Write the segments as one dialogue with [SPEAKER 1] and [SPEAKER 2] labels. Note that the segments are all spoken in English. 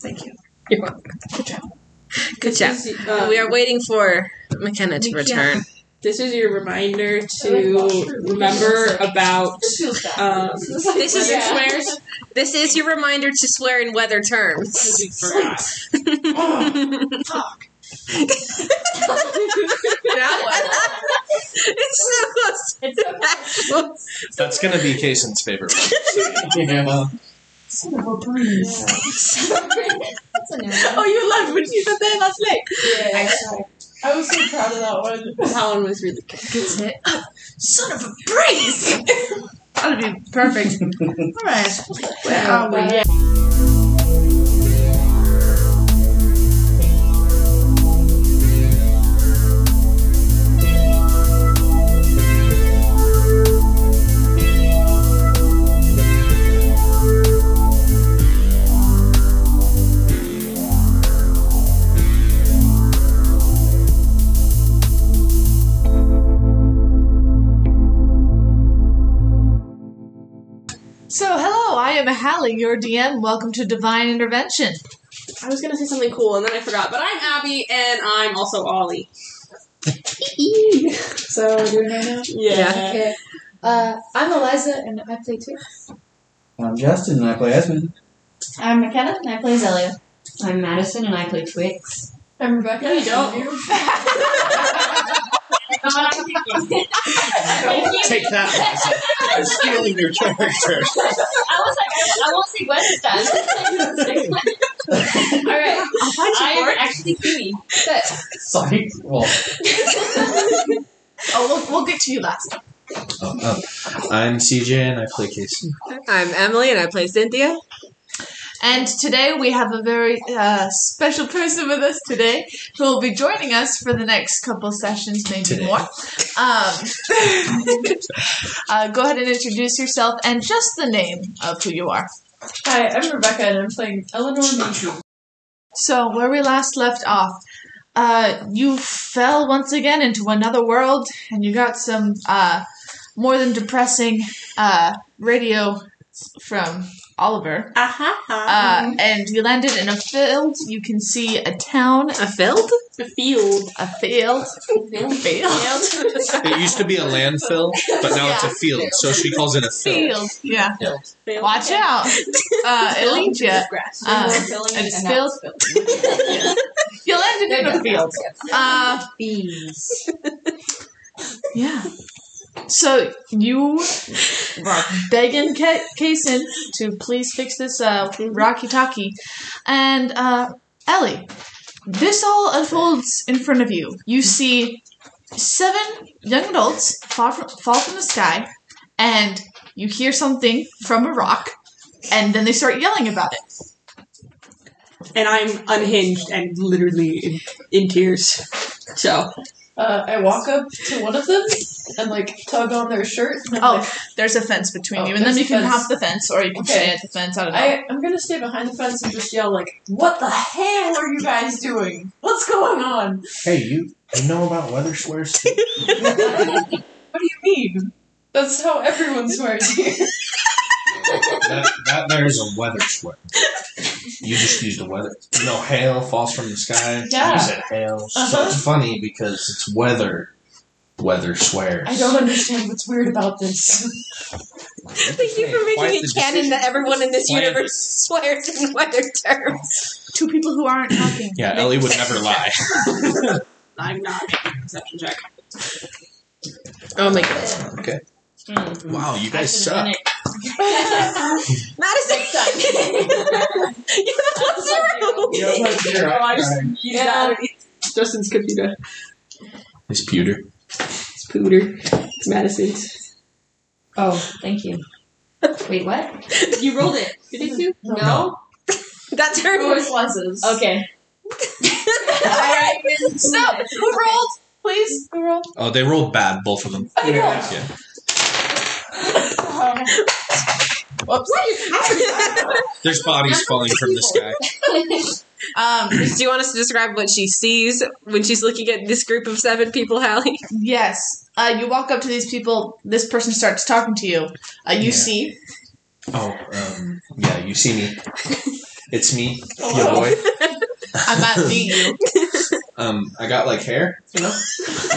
[SPEAKER 1] Thank you.
[SPEAKER 2] You're welcome.
[SPEAKER 1] Good job.
[SPEAKER 2] Good job.
[SPEAKER 3] This is, um,
[SPEAKER 2] we are waiting for McKenna to
[SPEAKER 1] McKenna.
[SPEAKER 2] return.
[SPEAKER 3] This is your reminder to remember about. Um,
[SPEAKER 2] This is your
[SPEAKER 3] Yeah.
[SPEAKER 2] swears. This is your reminder to swear in weather terms.
[SPEAKER 3] we forgot.
[SPEAKER 2] it's so close.
[SPEAKER 1] It's
[SPEAKER 2] Actual.
[SPEAKER 4] That's going to be Kaysen's favorite one. so, you know,
[SPEAKER 1] Son of a brain.
[SPEAKER 5] That's a new one.
[SPEAKER 3] Oh, you laughed when you said that last night.
[SPEAKER 5] Yeah.
[SPEAKER 3] I was so proud of that one. That one was really good.
[SPEAKER 1] Son of a brace. That'd be perfect. All right. Where are we? So, hello, I am Hallie, your DM. Welcome to Divine Intervention.
[SPEAKER 3] I was gonna say something cool and then I forgot. But I'm Abby and I'm also Ollie.
[SPEAKER 5] So we're doing right now.
[SPEAKER 2] Yeah.
[SPEAKER 5] Okay. Uh, I'm Eliza and I play two.
[SPEAKER 6] I'm Justin and I play Esmond.
[SPEAKER 7] I'm McKenna and I play Zelia. I'm Madison and I play Twix.
[SPEAKER 5] I'm Rebecca.
[SPEAKER 3] No, you don't.
[SPEAKER 4] Take that, Liza. I'm stealing your character.
[SPEAKER 7] I was like, I, I won't see what it does. All right, I am actually Kiwi.
[SPEAKER 5] But
[SPEAKER 6] Sorry. Well,
[SPEAKER 1] Oh, we'll, we'll get to you last.
[SPEAKER 4] oh, oh. I'm CJ and I play Kaysen.
[SPEAKER 2] I'm Emily and I play Cynthia.
[SPEAKER 1] And today we have a very uh, special person with us today who will be joining us for the next couple sessions, maybe
[SPEAKER 4] Today.
[SPEAKER 1] more. Um, uh, go ahead and introduce yourself and just the name of who you are.
[SPEAKER 3] Hi, I'm Rebecca and I'm playing Eleanor Mitchell.
[SPEAKER 1] So, where we last left off, uh, you fell once again into another world and you got some uh, more than depressing uh, radio from Oliver.
[SPEAKER 3] Aha.
[SPEAKER 1] Uh, and you landed in a field. You can see a town,
[SPEAKER 2] A field?
[SPEAKER 3] the field.
[SPEAKER 1] a field. Field.
[SPEAKER 4] It used to be a landfill, but now it's a
[SPEAKER 1] Yeah.
[SPEAKER 4] field, so she calls it a field.
[SPEAKER 1] Field. Yeah.
[SPEAKER 3] Field.
[SPEAKER 1] Watch out. Uh, it leads you.
[SPEAKER 3] Grass.
[SPEAKER 2] Uh,
[SPEAKER 1] Um,
[SPEAKER 7] filling
[SPEAKER 1] and it's filled. you landed in a field. Uh,
[SPEAKER 7] Bees.
[SPEAKER 1] yeah. So you were begging Ka- Kason to please fix this uh, Rocky Talkie. And uh, Ellie, this all unfolds in front of you. You see seven young adults fall from, fall from the sky, and you hear something from a rock, and then they start yelling about it.
[SPEAKER 3] And I'm unhinged and literally in, in tears. So
[SPEAKER 8] Uh, I walk up to one of them and like tug on their shirt. and I'm
[SPEAKER 1] Oh, there's a fence between
[SPEAKER 8] Oh,
[SPEAKER 1] you, and then
[SPEAKER 8] there's
[SPEAKER 1] you
[SPEAKER 8] a
[SPEAKER 1] can
[SPEAKER 8] fence.
[SPEAKER 1] hop the fence, or you can
[SPEAKER 8] Okay.
[SPEAKER 1] stay at the fence. I don't know.
[SPEAKER 8] like, I, I'm gonna stay behind the fence and just yell like, "What the hell are you guys doing? What's going on?
[SPEAKER 4] Hey, you you know about weather swears?
[SPEAKER 8] What do you mean? That's how everyone swears here."
[SPEAKER 4] that, that there is a weather swear. You just used a weather. You know, hail falls from the sky.
[SPEAKER 8] Yeah.
[SPEAKER 4] You said hail. So
[SPEAKER 8] Uh-huh.
[SPEAKER 4] it's funny because it's weather. Weather swears.
[SPEAKER 8] I don't understand what's weird about this.
[SPEAKER 2] Thank you for
[SPEAKER 4] Quite
[SPEAKER 2] making
[SPEAKER 4] the
[SPEAKER 2] it canon that everyone in this
[SPEAKER 4] Quite a-
[SPEAKER 2] universe swears in weather terms.
[SPEAKER 1] Two people who aren't talking.
[SPEAKER 4] Yeah, Ellie would never lie.
[SPEAKER 3] I'm not perception check.
[SPEAKER 2] Oh my god.
[SPEAKER 4] wow, you guys
[SPEAKER 7] I should've done
[SPEAKER 4] suck.
[SPEAKER 7] it.
[SPEAKER 2] Madison! You're the
[SPEAKER 6] you know, like, you're
[SPEAKER 3] Oh, I
[SPEAKER 6] right.
[SPEAKER 3] just used that. Justin's computer.
[SPEAKER 4] It's pewter.
[SPEAKER 3] It's Pooter. It's Madison's.
[SPEAKER 7] Oh, thank you. Wait, what?
[SPEAKER 3] You rolled it. Did you?
[SPEAKER 7] No.
[SPEAKER 2] That's her.
[SPEAKER 8] It always was.
[SPEAKER 7] Okay.
[SPEAKER 2] Alright.
[SPEAKER 1] So who rolled? Please, who rolled?
[SPEAKER 4] Oh, they rolled bad, both of them.
[SPEAKER 6] Yeah.
[SPEAKER 4] Yeah.
[SPEAKER 8] Um,
[SPEAKER 1] Whoops.
[SPEAKER 4] There's bodies falling from the sky.
[SPEAKER 1] Um.
[SPEAKER 2] Do you want us to describe what she sees when she's looking at this group of seven people, Hallie?
[SPEAKER 1] Yes. Uh, you walk up to these people. This person starts talking to you. Uh, you
[SPEAKER 4] Yeah.
[SPEAKER 1] see.
[SPEAKER 4] Oh, um, yeah, you see me. It's me, your boy.
[SPEAKER 1] I might be you.
[SPEAKER 4] Um, I got like hair, you know,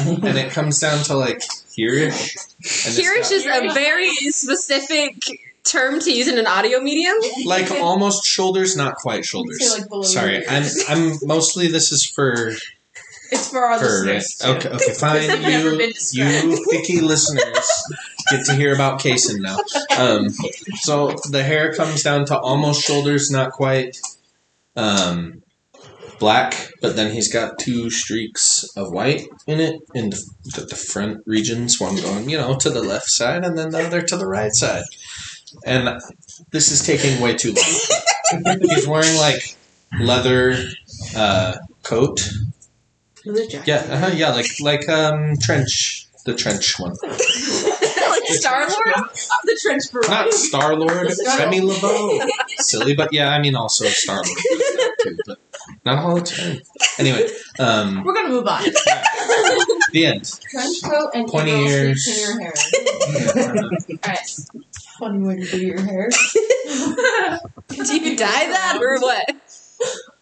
[SPEAKER 4] and it comes down to like hereish. and it's
[SPEAKER 2] Hereish
[SPEAKER 4] got-
[SPEAKER 2] is a very specific term to use in an audio medium.
[SPEAKER 4] like almost shoulders, not quite shoulders.
[SPEAKER 8] like below
[SPEAKER 4] Sorry,
[SPEAKER 8] your
[SPEAKER 4] I'm
[SPEAKER 8] ears.
[SPEAKER 4] I'm mostly this is for
[SPEAKER 8] It's for our
[SPEAKER 4] for
[SPEAKER 8] listeners. too.
[SPEAKER 4] okay okay fine
[SPEAKER 2] I've never
[SPEAKER 4] you
[SPEAKER 2] been described.
[SPEAKER 4] you picky listeners get to hear about Kaysen now. Um, so the hair comes down to almost shoulders, not quite. Um, black, but then he's got two streaks of white in it in the, the, the front regions. One going, you know, to the left side, and then the other to the right side. And this is taking way too long. he's wearing like leather uh, coat. Yeah, uh yeah, like like um trench, the trench one,
[SPEAKER 2] like Star Lord.
[SPEAKER 8] the trench for
[SPEAKER 4] not Star Lord, Remy LeBeau, silly, but yeah, I mean also Star Lord, but not all the time. Anyway, um,
[SPEAKER 1] We're gonna move on.
[SPEAKER 4] the end.
[SPEAKER 5] Trench coat and
[SPEAKER 4] Pointy
[SPEAKER 5] emerald
[SPEAKER 4] ears.
[SPEAKER 5] streaks in your hair.
[SPEAKER 4] Uh,
[SPEAKER 8] Fun way to do your hair.
[SPEAKER 2] Do you dye that or what?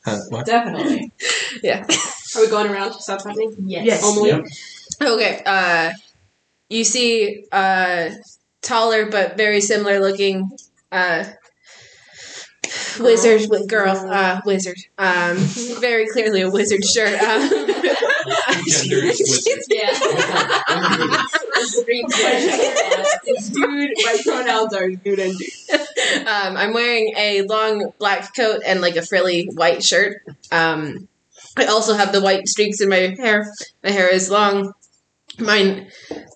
[SPEAKER 4] Huh, uh, what?
[SPEAKER 8] Definitely.
[SPEAKER 2] Yeah.
[SPEAKER 3] Are we going around? Stop happening.
[SPEAKER 8] Yes.
[SPEAKER 1] Oh,
[SPEAKER 3] Only.
[SPEAKER 4] Yep.
[SPEAKER 2] Okay. Uh, you see, uh, taller but very similar looking, uh, wizard with girl, uh, wizard. Um, very clearly a wizard shirt. Um,
[SPEAKER 4] Gender is wizard.
[SPEAKER 7] Yeah.
[SPEAKER 3] Dude, my pronouns are dude and dude.
[SPEAKER 2] um, I'm wearing a long black coat and like a frilly white shirt. Um, I also have the white streaks in my hair. My hair is long. Mine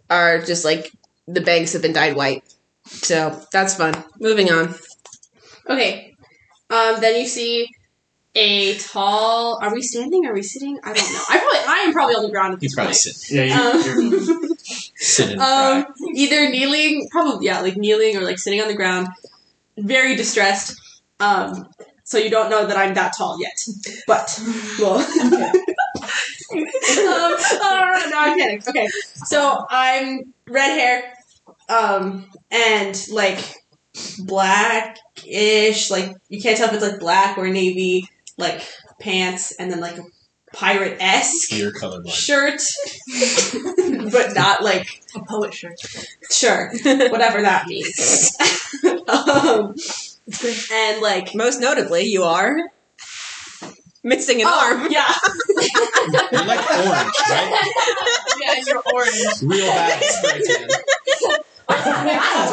[SPEAKER 2] are just like the bangs have been dyed white. So that's fun. Moving on.
[SPEAKER 7] Okay. Um, then you see a tall. Are we standing? Are we sitting? I don't know.
[SPEAKER 3] I probably, I am probably on the ground at this
[SPEAKER 4] He's probably
[SPEAKER 3] point.
[SPEAKER 4] sitting,
[SPEAKER 6] Yeah, you,
[SPEAKER 3] Um,
[SPEAKER 6] you're
[SPEAKER 4] sitting.
[SPEAKER 3] Um, either kneeling, probably yeah, like kneeling or like sitting on the ground, very distressed. Um, so you don't know that I'm that tall yet, but well. um, all right, no, I'm kidding. Okay, so I'm red hair, um, and like blackish, like you can't tell if it's like black or navy, like pants, and then like a pirate esque
[SPEAKER 4] You're colorblind.
[SPEAKER 3] shirt, but not like
[SPEAKER 8] A poet shirt.
[SPEAKER 3] Sure, whatever that means. um, and like,
[SPEAKER 2] Most notably, you are missing an arm.
[SPEAKER 3] yeah,
[SPEAKER 4] You're like orange, right?
[SPEAKER 1] Yeah, you're orange.
[SPEAKER 4] Real bad spray tan.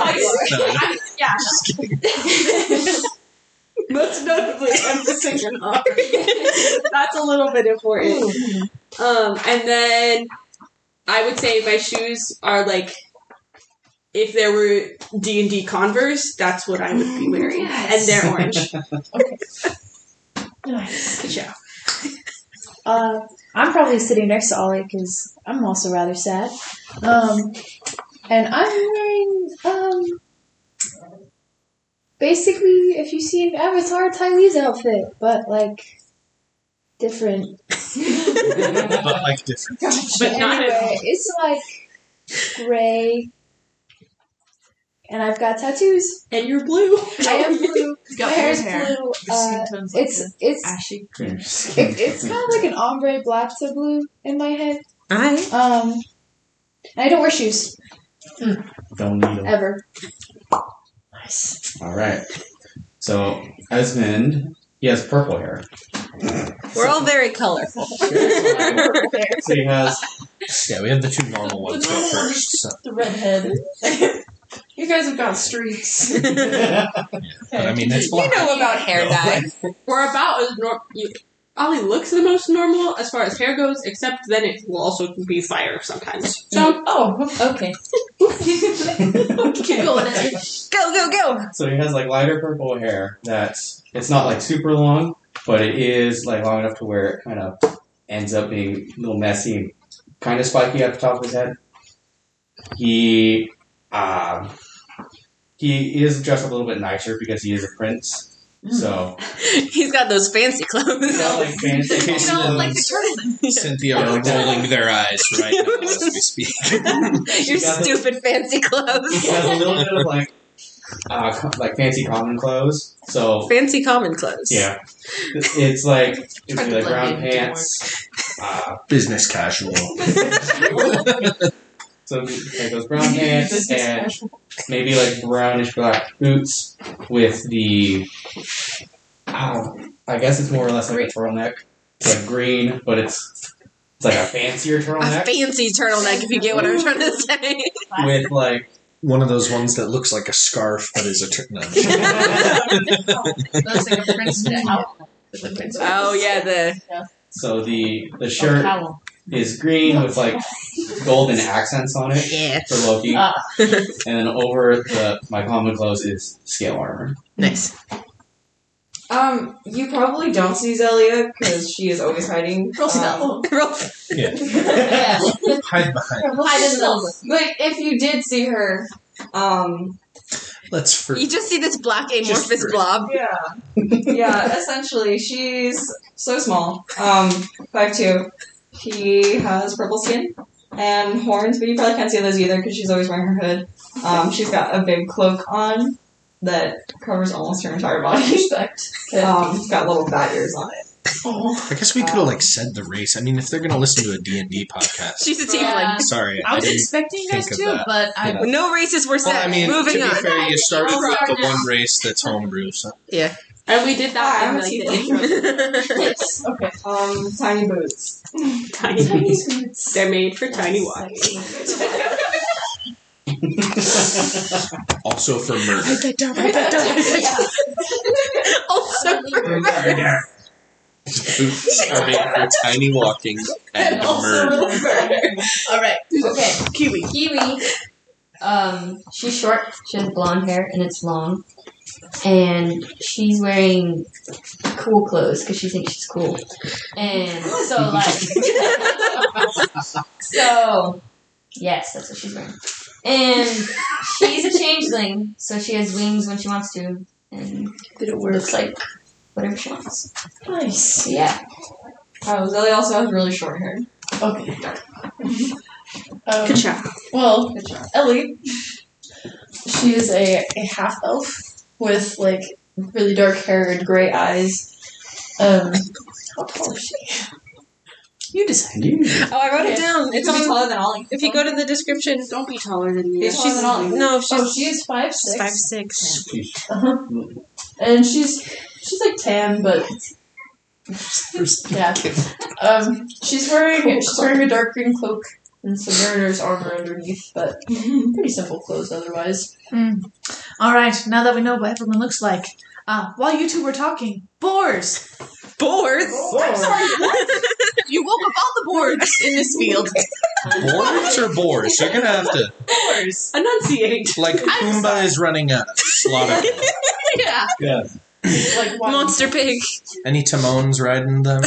[SPEAKER 4] No,
[SPEAKER 3] yeah. Most notably, I'm missing an arm. That's a little bit important. Um, and then I would say my shoes are like, if there were D and D Converse, that's what I would be wearing, and they're orange.
[SPEAKER 5] Nice.
[SPEAKER 3] Good job.
[SPEAKER 5] Uh, I'm probably sitting next to Ollie because I'm also rather sad. Um, and I'm wearing um, basically if you see an Avatar Tylee's outfit, but like different.
[SPEAKER 4] but like different.
[SPEAKER 5] But
[SPEAKER 3] not at
[SPEAKER 5] anyway, it's like gray, and I've got tattoos.
[SPEAKER 3] And you're blue.
[SPEAKER 5] I am blue.
[SPEAKER 8] He's
[SPEAKER 5] My
[SPEAKER 8] got
[SPEAKER 5] hair's
[SPEAKER 8] blue hair.
[SPEAKER 5] blue.
[SPEAKER 8] Your
[SPEAKER 5] Uh,
[SPEAKER 8] skin tone's like
[SPEAKER 5] it's it's
[SPEAKER 8] the ashy
[SPEAKER 6] you're
[SPEAKER 8] green.
[SPEAKER 5] it, it's kind of like an ombre black to blue in my head. Um, and I don't wear shoes
[SPEAKER 6] don't need 'em.
[SPEAKER 5] ever.
[SPEAKER 6] All right. So Esmond, he has purple hair.
[SPEAKER 2] We're all very colorful.
[SPEAKER 6] So he has
[SPEAKER 4] Yeah, we have the two normal ones go first. So.
[SPEAKER 8] The redhead. you guys have got streaks.
[SPEAKER 4] But I mean, it's
[SPEAKER 2] You
[SPEAKER 4] black.
[SPEAKER 2] know about hair
[SPEAKER 4] No.
[SPEAKER 2] dye.
[SPEAKER 3] We're about as normal. Ollie looks the most normal as far as hair goes, except then it will also be fire sometimes. So
[SPEAKER 8] oh,
[SPEAKER 5] Okay.
[SPEAKER 8] keep going.
[SPEAKER 2] Go, go, go.
[SPEAKER 6] so he has like lighter purple hair that's it's not like super long, but it is like long enough to where it kind of ends up being a little messy and kind of spiky at the top of his head. He um he is dressed a little bit nicer because he is a prince. So
[SPEAKER 2] He's got those fancy clothes.
[SPEAKER 6] not like fancy.
[SPEAKER 4] Casey
[SPEAKER 6] clothes.
[SPEAKER 4] and Cynthia are rolling their eyes right now as we speak.
[SPEAKER 2] Your
[SPEAKER 6] got the-
[SPEAKER 2] stupid fancy
[SPEAKER 6] He
[SPEAKER 2] clothes.
[SPEAKER 6] has a little bit of like uh, co- like fancy common clothes. So
[SPEAKER 2] Fancy common clothes.
[SPEAKER 6] yeah, it's like it's
[SPEAKER 2] Tried to blend in,
[SPEAKER 6] like brown
[SPEAKER 2] didn't
[SPEAKER 6] pants. Uh,
[SPEAKER 4] Business casual.
[SPEAKER 6] so like those brown pants and maybe like brownish black boots with the. Oh, I guess it's more or less like a turtleneck. It's like green, but it's it's like a fancier
[SPEAKER 2] A
[SPEAKER 6] turtleneck
[SPEAKER 2] fancy turtleneck, if you get what I'm trying to say.
[SPEAKER 6] with like
[SPEAKER 4] One of those ones that looks like a scarf but is a tur- no.
[SPEAKER 8] Looks like a prince in a owl.
[SPEAKER 2] Oh yeah, the
[SPEAKER 6] so the the
[SPEAKER 2] Oh,
[SPEAKER 6] shirt
[SPEAKER 8] Owl.
[SPEAKER 6] is green with like golden accents on it
[SPEAKER 2] yeah,
[SPEAKER 6] for Loki,
[SPEAKER 8] Ah.
[SPEAKER 6] and then over the my common clothes is scale armor.
[SPEAKER 2] nice.
[SPEAKER 3] Um, you probably don't see Zelia because she is always hiding.
[SPEAKER 8] Roll spell.
[SPEAKER 3] um,
[SPEAKER 7] Yeah.
[SPEAKER 4] Hide behind.
[SPEAKER 7] Hide in those.
[SPEAKER 3] But if you did see her, um,
[SPEAKER 4] Let's for
[SPEAKER 2] You just see this black amorphous
[SPEAKER 4] for-
[SPEAKER 2] blob.
[SPEAKER 3] yeah, yeah. Essentially, she's so small. Um, five two. She has purple skin and horns, but you probably can't see those either because she's always wearing her hood. Um, she's got a big cloak on that covers almost her entire body. um, it's got little bat ears on it.
[SPEAKER 4] I guess we could have like said the race. I mean, if they're gonna listen to a D and D podcast,
[SPEAKER 2] She's a tiefling.
[SPEAKER 1] Yeah.
[SPEAKER 4] sorry,
[SPEAKER 1] I
[SPEAKER 4] I
[SPEAKER 1] was
[SPEAKER 4] didn't.
[SPEAKER 1] expecting you guys
[SPEAKER 4] think of
[SPEAKER 1] to,
[SPEAKER 4] that.
[SPEAKER 1] but I
[SPEAKER 4] Yeah.
[SPEAKER 2] No races were set.
[SPEAKER 4] Well, I mean, to
[SPEAKER 2] Moving
[SPEAKER 4] be
[SPEAKER 2] on.
[SPEAKER 4] fair, you started with
[SPEAKER 7] Sorry,
[SPEAKER 4] the
[SPEAKER 7] no.
[SPEAKER 4] one race that's homebrew. So
[SPEAKER 7] And we did
[SPEAKER 3] Hi,
[SPEAKER 7] that
[SPEAKER 3] I'm
[SPEAKER 7] in
[SPEAKER 3] a
[SPEAKER 7] like the
[SPEAKER 3] tiefling.
[SPEAKER 7] intro.
[SPEAKER 8] Okay.
[SPEAKER 3] Um, tiny boots.
[SPEAKER 7] Tiny boots. They're made for tiny wives.
[SPEAKER 4] also for murder.
[SPEAKER 1] write that down. Write that down. write that down.
[SPEAKER 2] also,
[SPEAKER 4] Boots are made for tiny walking and murder.
[SPEAKER 1] All right.
[SPEAKER 7] Okay.
[SPEAKER 1] Kiwi.
[SPEAKER 7] Kiwi. Um, she's short. She has blonde hair and it's long, and she's wearing cool clothes because she thinks she's cool. And so, like, so yes, that's what she's wearing. And she's a changeling, so she has wings when she wants to, and looks like whatever she wants.
[SPEAKER 8] Nice.
[SPEAKER 7] Yeah,
[SPEAKER 3] Oh, Zelia also has really short hair.
[SPEAKER 8] Okay. Um,
[SPEAKER 7] job.
[SPEAKER 8] well,
[SPEAKER 3] Good job.
[SPEAKER 8] Ellie, she is a, a half elf with like really dark hair and gray eyes. Um, how tall is she? You decide.
[SPEAKER 6] And you
[SPEAKER 2] oh, I wrote it down.
[SPEAKER 3] It's
[SPEAKER 2] It's
[SPEAKER 3] be
[SPEAKER 2] on.
[SPEAKER 3] taller than Ollie.
[SPEAKER 2] If you go to the description,
[SPEAKER 7] Don't be taller than me.
[SPEAKER 2] if
[SPEAKER 3] taller
[SPEAKER 2] she's
[SPEAKER 3] than Ollie.
[SPEAKER 2] no, if she's
[SPEAKER 8] Oh, she is five six.
[SPEAKER 2] five six.
[SPEAKER 8] Uh-huh. And she's she's like tan, but yeah. Um, she's wearing she's wearing a dark green cloak and some mariner's armor underneath, but
[SPEAKER 1] Mm-hmm.
[SPEAKER 8] pretty simple clothes otherwise.
[SPEAKER 1] Mm. All right. Now that we know what everyone looks like, uh, while you two were talking, boars.
[SPEAKER 2] Boards.
[SPEAKER 1] I'm sorry.
[SPEAKER 2] You woke up all the boards in this field.
[SPEAKER 4] Boards or boars? You're gonna have to
[SPEAKER 1] Boars.
[SPEAKER 2] Enunciate.
[SPEAKER 4] like Pumbaa is running out. Slaughter. them.
[SPEAKER 2] Yeah.
[SPEAKER 8] Like one,
[SPEAKER 2] Monster pig.
[SPEAKER 4] Any Timon's riding them?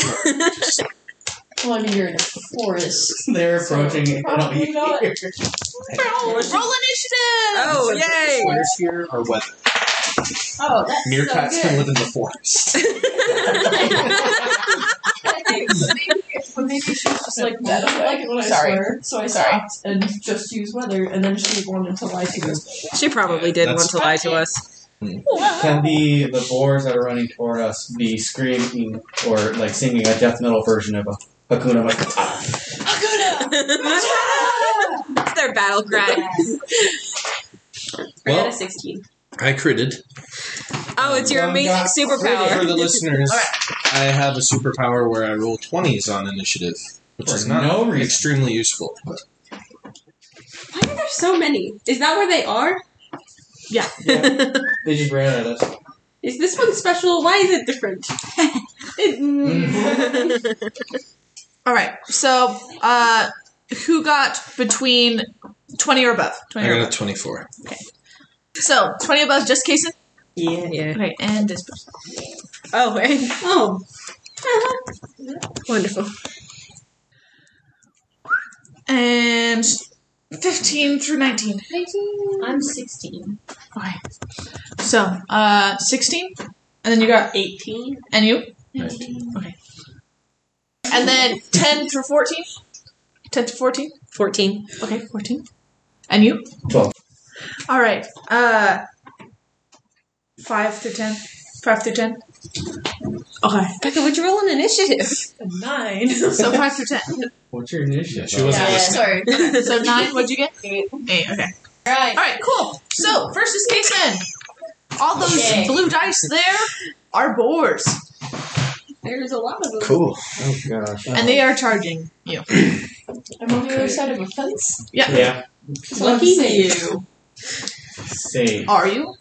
[SPEAKER 8] one year in the forest.
[SPEAKER 6] They're approaching it.
[SPEAKER 8] Probably not.
[SPEAKER 2] Roll initiative. Oh, yay!
[SPEAKER 4] Where's here or weather?
[SPEAKER 8] Oh, that's
[SPEAKER 4] Meerkats
[SPEAKER 8] so
[SPEAKER 4] can
[SPEAKER 8] good.
[SPEAKER 4] live in the forest.
[SPEAKER 8] maybe, but maybe she's just like, I don't like it when
[SPEAKER 5] Sorry.
[SPEAKER 8] I swear, so I stopped and just used weather, and then she wanted to lie to us.
[SPEAKER 2] She probably did
[SPEAKER 4] That's-
[SPEAKER 2] want to lie to us.
[SPEAKER 6] Can the the boars that are running toward us be screaming or like singing a death metal version of a Hakuna Matata?
[SPEAKER 2] Their battle cry.
[SPEAKER 7] I got a
[SPEAKER 4] Well,
[SPEAKER 7] sixteen.
[SPEAKER 4] I critted.
[SPEAKER 2] Oh, it's your
[SPEAKER 6] Um,
[SPEAKER 2] amazing
[SPEAKER 6] yeah.
[SPEAKER 4] For
[SPEAKER 8] Oh,
[SPEAKER 2] superpower.
[SPEAKER 4] the listeners, I have a superpower where I roll 20s on initiative, which
[SPEAKER 6] For
[SPEAKER 4] is not
[SPEAKER 6] no reason.
[SPEAKER 4] extremely useful. But
[SPEAKER 7] Why are there so many? Is that where they are?
[SPEAKER 6] Yeah. They just ran at us.
[SPEAKER 7] Is this one special? Why is it different? mm,
[SPEAKER 1] All right. So, uh, who got between twenty or above?
[SPEAKER 4] I
[SPEAKER 1] Twenty or
[SPEAKER 4] got a
[SPEAKER 1] above.
[SPEAKER 4] 24.
[SPEAKER 1] So twenty above, just Kason.
[SPEAKER 2] yeah. yeah.
[SPEAKER 1] Okay, and this person.
[SPEAKER 2] Oh, and
[SPEAKER 7] Oh,
[SPEAKER 2] wonderful.
[SPEAKER 1] And fifteen through nineteen.
[SPEAKER 7] I'm 16.
[SPEAKER 1] Okay. So, uh, sixteen, and then you got
[SPEAKER 7] 18?
[SPEAKER 1] and you, and then ten through fourteen. Ten to fourteen.
[SPEAKER 2] 14.
[SPEAKER 1] Okay, fourteen. And you?
[SPEAKER 6] Twelve.
[SPEAKER 1] All right. Uh, Five through ten. Five through ten.
[SPEAKER 2] Okay. Becca, would you roll an initiative?
[SPEAKER 8] A nine.
[SPEAKER 1] So five through ten.
[SPEAKER 6] What's your initiative?
[SPEAKER 4] She wasn't
[SPEAKER 8] Yeah,
[SPEAKER 4] listening.
[SPEAKER 8] sorry.
[SPEAKER 1] So nine. What'd you get? Eight. Eight. Okay.
[SPEAKER 8] All right.
[SPEAKER 1] All right. Cool. So first is Kason. All those
[SPEAKER 8] Okay.
[SPEAKER 1] blue dice there are boars,
[SPEAKER 3] There's a lot of them.
[SPEAKER 4] Cool. Oh gosh.
[SPEAKER 1] and they are charging you.
[SPEAKER 8] I'm on the other side of a fence.
[SPEAKER 6] Yeah.
[SPEAKER 3] Lucky you.
[SPEAKER 6] Same.
[SPEAKER 1] Are you?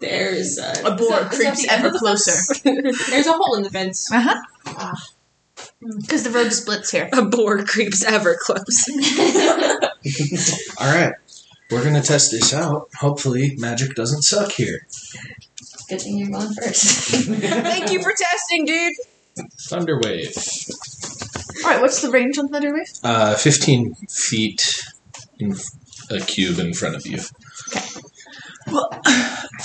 [SPEAKER 3] There's uh,
[SPEAKER 1] A boar
[SPEAKER 8] that- is that
[SPEAKER 1] creeps
[SPEAKER 8] the end of
[SPEAKER 1] ever
[SPEAKER 8] the
[SPEAKER 1] closer.
[SPEAKER 3] there's a hole in the fence.
[SPEAKER 1] Uh huh. Because the road splits here.
[SPEAKER 2] A boar creeps ever close.
[SPEAKER 4] All right. We're gonna test this out. Hopefully, magic doesn't suck here.
[SPEAKER 7] Good thing you're going first.
[SPEAKER 2] Thank you for testing, dude.
[SPEAKER 4] Thunderwave.
[SPEAKER 1] All right. What's the range on Thunderwave?
[SPEAKER 4] Uh, fifteen feet in f- a cube in front of you.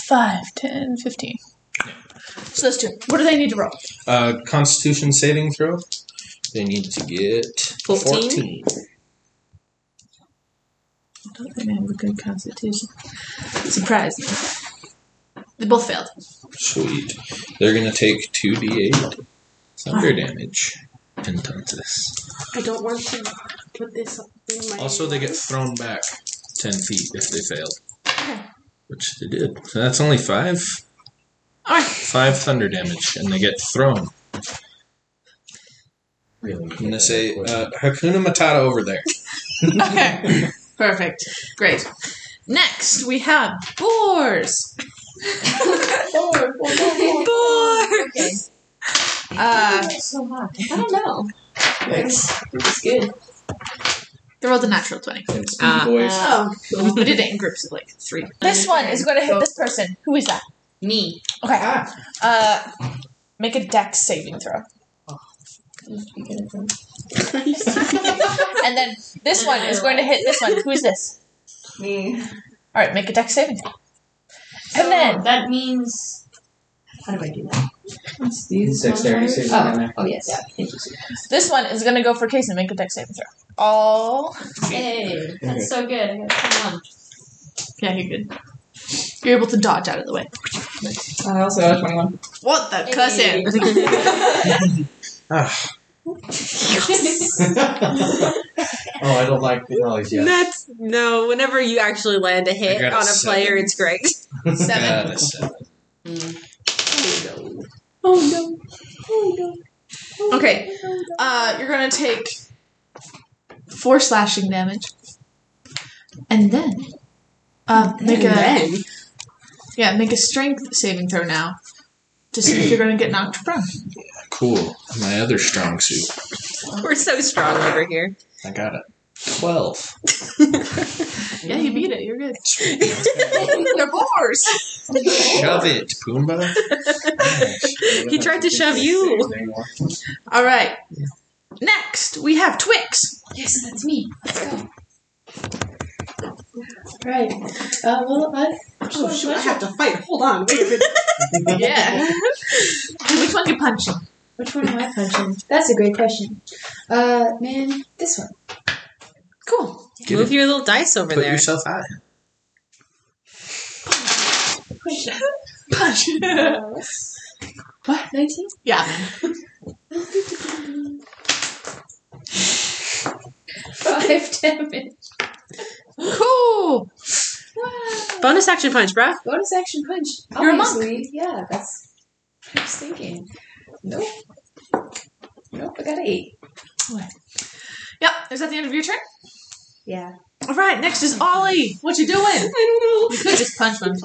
[SPEAKER 1] Five, ten, fifteen. So those two. What do they need to roll?
[SPEAKER 4] Uh, Constitution saving throw. They need to get
[SPEAKER 2] 14?
[SPEAKER 4] fourteen.
[SPEAKER 1] I don't think I have a good constitution. Surprise me. They both failed.
[SPEAKER 4] Sweet. They're gonna take two d8 thunder damage. Pentantis.
[SPEAKER 3] I don't want to put this in my.
[SPEAKER 4] Also, they get thrown back ten feet if they failed, which they did. So that's only five.
[SPEAKER 1] All right.
[SPEAKER 4] Five thunder damage, and they get thrown.
[SPEAKER 6] Really
[SPEAKER 4] I'm gonna say uh, Hakuna Matata over there.
[SPEAKER 1] Okay. Perfect. Great. Next, we have boars.
[SPEAKER 7] okay.
[SPEAKER 1] Uh,
[SPEAKER 5] so hot.
[SPEAKER 7] I don't know.
[SPEAKER 6] Thanks.
[SPEAKER 8] It's good.
[SPEAKER 1] they rolled a natural 20.
[SPEAKER 6] And speed
[SPEAKER 2] Ah.
[SPEAKER 6] boys.
[SPEAKER 5] Oh,
[SPEAKER 1] We did it in groups of like three.
[SPEAKER 5] this one is going to hit this person. Who is that?
[SPEAKER 7] Me.
[SPEAKER 5] Okay.
[SPEAKER 1] Ah.
[SPEAKER 5] Uh, make a dex saving throw. And then this one is going to hit this one. Who is this?
[SPEAKER 7] Me.
[SPEAKER 5] All right, make a dex saving throw.
[SPEAKER 7] So
[SPEAKER 5] And
[SPEAKER 1] Oh,
[SPEAKER 5] then
[SPEAKER 7] that means. How do I do that?
[SPEAKER 6] Dexterity saving
[SPEAKER 7] Oh,
[SPEAKER 6] throw.
[SPEAKER 7] oh yes. Thank you.
[SPEAKER 5] this one is going to go for Case and make a dex saving throw. All
[SPEAKER 7] Hey, that's so good. I got a
[SPEAKER 1] Yeah, you're good. You're able to dodge out of the way.
[SPEAKER 8] I also got a 21.
[SPEAKER 1] What the cuss
[SPEAKER 7] Hey.
[SPEAKER 1] in?
[SPEAKER 4] Ah,
[SPEAKER 6] oh, I don't like the knowledge yet.
[SPEAKER 2] That's no. Whenever you actually land a hit
[SPEAKER 4] I got
[SPEAKER 2] on a
[SPEAKER 4] a
[SPEAKER 2] player,
[SPEAKER 4] seven.
[SPEAKER 2] it's great.
[SPEAKER 1] Seven.
[SPEAKER 4] bad, I said.
[SPEAKER 3] Oh no! Oh no!
[SPEAKER 1] Okay. Uh, you're going to take four slashing damage. And then uh, make a. Yeah, make a strength saving throw now to see if you're going to get knocked prone.
[SPEAKER 4] Cool. My other strong suit.
[SPEAKER 2] We're so strong over here.
[SPEAKER 4] I got it. Twelve.
[SPEAKER 1] Yeah, you beat it. You're good. They're boars.
[SPEAKER 4] Shove it, Pumbaa.
[SPEAKER 2] He tried to shove you.
[SPEAKER 1] All right. Next, we have Twix.
[SPEAKER 7] Yes, that's me. Let's go.
[SPEAKER 8] Right. Uh, well, I,
[SPEAKER 3] Oh, shoot, I have to fight. Hold on. Wait a minute.
[SPEAKER 1] Yeah. Which one you punching?
[SPEAKER 5] which one am I punching? That's a great question. Uh, man, this one.
[SPEAKER 1] Cool.
[SPEAKER 4] Get
[SPEAKER 2] Move
[SPEAKER 4] it.
[SPEAKER 2] your little dice over
[SPEAKER 4] Put
[SPEAKER 2] there.
[SPEAKER 4] yourself out.
[SPEAKER 1] Punch.
[SPEAKER 5] What? Nineteen.
[SPEAKER 1] yeah.
[SPEAKER 5] Five damage.
[SPEAKER 1] Cool.
[SPEAKER 2] Bonus action punch, bruh.
[SPEAKER 5] Bonus action punch.
[SPEAKER 1] You're a monk.
[SPEAKER 5] Obviously, yeah. That's what I was thinking. Nope. Nope. I got an eight.
[SPEAKER 1] Yep. Is that the end of your turn?
[SPEAKER 5] Yeah.
[SPEAKER 1] All right. Next is Ollie. What you doing?
[SPEAKER 3] I
[SPEAKER 1] You could just punch one.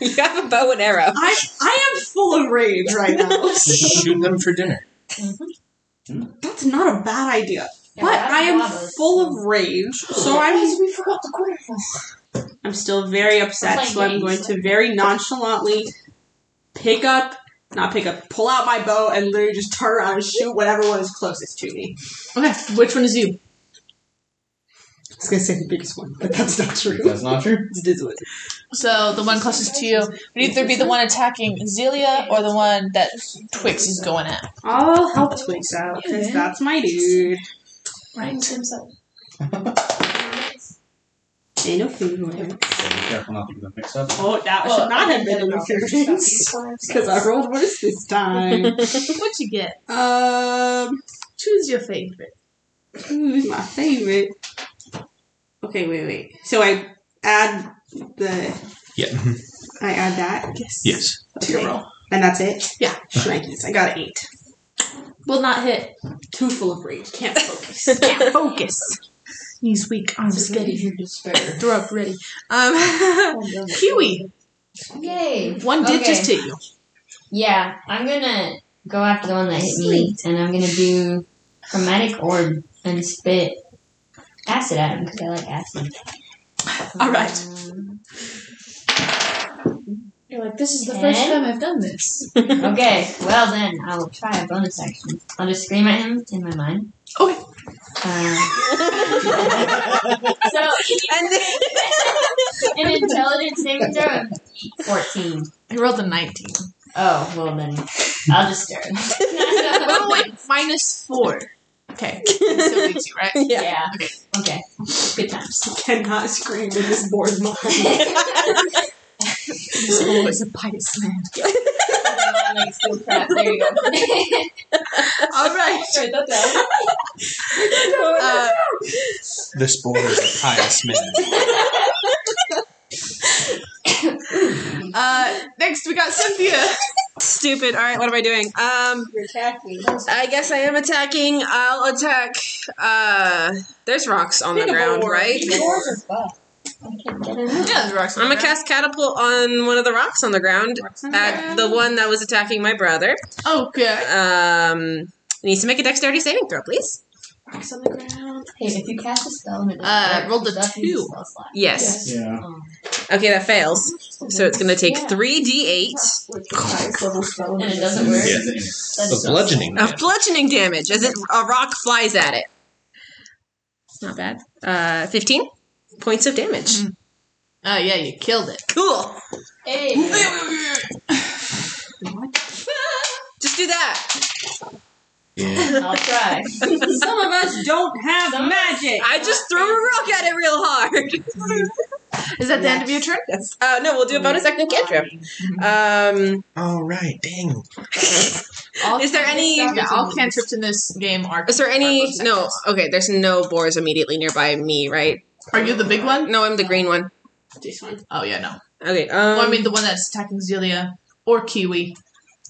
[SPEAKER 2] You have a bow and arrow.
[SPEAKER 3] I I am full of rage right now.
[SPEAKER 4] Shoot them for dinner.
[SPEAKER 3] That's not a bad idea.
[SPEAKER 7] Yeah,
[SPEAKER 3] but
[SPEAKER 7] that's
[SPEAKER 3] I
[SPEAKER 7] one
[SPEAKER 3] am
[SPEAKER 7] those.
[SPEAKER 3] full of rage, so I'm
[SPEAKER 5] we forgot the quarterfinal.
[SPEAKER 3] I'm still very upset.
[SPEAKER 7] Playing
[SPEAKER 3] So I'm
[SPEAKER 7] games.
[SPEAKER 3] going to very nonchalantly pick up, not pick up, pull out my bow and literally just turn around and shoot whatever one is closest to me.
[SPEAKER 1] Okay. Which one is you?
[SPEAKER 3] I was gonna say the biggest one, but that's not true.
[SPEAKER 6] That's not true.
[SPEAKER 3] It is what it
[SPEAKER 1] So the one closest to you would either be the one attacking Zelia or the one that Twix is going at.
[SPEAKER 3] is. I'll help Twix out because that's my dude.
[SPEAKER 1] Right.
[SPEAKER 5] Himself.
[SPEAKER 3] Ain't no food in there.
[SPEAKER 6] So be careful not to get them mixed up.
[SPEAKER 3] Oh, that
[SPEAKER 8] Well,
[SPEAKER 3] should not have been in
[SPEAKER 8] I
[SPEAKER 3] the
[SPEAKER 8] think that about
[SPEAKER 3] figurines. Because I rolled worse this time.
[SPEAKER 1] What you get?
[SPEAKER 3] um,
[SPEAKER 1] Choose your favorite.
[SPEAKER 3] who's my favorite? Okay, wait, wait. So I add the.
[SPEAKER 4] Yeah. mm-hmm.
[SPEAKER 3] I add that. Yes.
[SPEAKER 4] Yes.
[SPEAKER 1] To your
[SPEAKER 3] Okay.
[SPEAKER 1] roll.
[SPEAKER 3] And that's it.
[SPEAKER 1] Yeah.
[SPEAKER 3] Shnikes. I got an eight.
[SPEAKER 1] Will not hit.
[SPEAKER 3] Too full of rage. Can't focus.
[SPEAKER 1] Can't focus. Knees weak, arms steady. Throw up ready. Um, Kiwi,
[SPEAKER 7] Yay!
[SPEAKER 1] one did
[SPEAKER 7] Okay.
[SPEAKER 1] just hit you.
[SPEAKER 7] Yeah, I'm gonna go after the one that hit me, and I'm gonna do chromatic orb and spit acid at him because I like acid.
[SPEAKER 1] All right.
[SPEAKER 7] Um,
[SPEAKER 5] Um, You're like, this is the
[SPEAKER 7] Ten?
[SPEAKER 5] first time I've done this.
[SPEAKER 7] okay, well then I will try a bonus action. I'll just scream at him in my mind.
[SPEAKER 1] Okay.
[SPEAKER 7] Uh, so
[SPEAKER 2] And then,
[SPEAKER 7] an intelligence saving throw of fourteen.
[SPEAKER 1] I rolled a 19.
[SPEAKER 7] Oh well then I'll just stir.
[SPEAKER 1] Well, wait, minus four. Okay. It still beats you, right?
[SPEAKER 7] yeah.
[SPEAKER 2] yeah.
[SPEAKER 7] Okay. Good times.
[SPEAKER 3] Cannot scream in this bored mind.
[SPEAKER 1] He's always a pious man.
[SPEAKER 7] Like, so crap. There you go.
[SPEAKER 1] All right.
[SPEAKER 8] Write that down.
[SPEAKER 1] Uh,
[SPEAKER 4] This boy is a pious man.
[SPEAKER 1] uh, next, we got Cynthia.
[SPEAKER 2] Stupid. All right, what am I doing? Um,
[SPEAKER 3] You're attacking.
[SPEAKER 2] I guess I am attacking. I'll attack. Uh, there's rocks on the
[SPEAKER 3] Think of
[SPEAKER 2] ground,
[SPEAKER 3] a word.
[SPEAKER 2] right?
[SPEAKER 1] Yeah, rocks.
[SPEAKER 2] I'm gonna cast catapult on one of the rocks on the ground at the one that was attacking my brother.
[SPEAKER 1] Okay.
[SPEAKER 2] Um, needs to make a dexterity saving throw, please.
[SPEAKER 1] Rocks on the ground.
[SPEAKER 7] Hey, if you cast a spell and it doesn't
[SPEAKER 1] Uh,
[SPEAKER 7] work,
[SPEAKER 1] rolled a
[SPEAKER 7] that means
[SPEAKER 1] two.
[SPEAKER 7] the spell slot.
[SPEAKER 2] Yes.
[SPEAKER 6] Yeah.
[SPEAKER 7] Um,
[SPEAKER 2] Okay, that fails. So it's gonna take
[SPEAKER 8] Yeah.
[SPEAKER 2] three d8
[SPEAKER 8] Like the highest level spell.
[SPEAKER 7] And it doesn't work.
[SPEAKER 4] Yeah. Oh.
[SPEAKER 7] That's
[SPEAKER 4] A bludgeoning man.
[SPEAKER 2] of bludgeoning damage as it, a rock flies at it. It's not bad. Uh, 15 points of damage.
[SPEAKER 1] Oh, yeah, you killed it.
[SPEAKER 2] Cool.
[SPEAKER 7] Hey,
[SPEAKER 2] Just do that.
[SPEAKER 4] Yeah.
[SPEAKER 7] I'll try.
[SPEAKER 3] Some of us don't have
[SPEAKER 7] Some of us-
[SPEAKER 3] magic.
[SPEAKER 2] I just threw a rock at it real hard.
[SPEAKER 1] Is that the end of your turn?
[SPEAKER 2] Uh, no, we'll do a bonus action cantrip. Um,
[SPEAKER 4] All right. Dang.
[SPEAKER 1] All
[SPEAKER 2] Is there
[SPEAKER 1] cantrips-
[SPEAKER 2] any-
[SPEAKER 1] Yeah, all cantrips in this game are.
[SPEAKER 2] is there any?
[SPEAKER 1] are
[SPEAKER 2] No. Okay. There's no boars immediately nearby me, right?
[SPEAKER 1] Are you the big one?
[SPEAKER 2] No, I'm the green one.
[SPEAKER 3] This one.
[SPEAKER 1] Oh, yeah, no.
[SPEAKER 2] Okay. Um,
[SPEAKER 1] well, I mean, the one that's attacking Zelia or Kiwi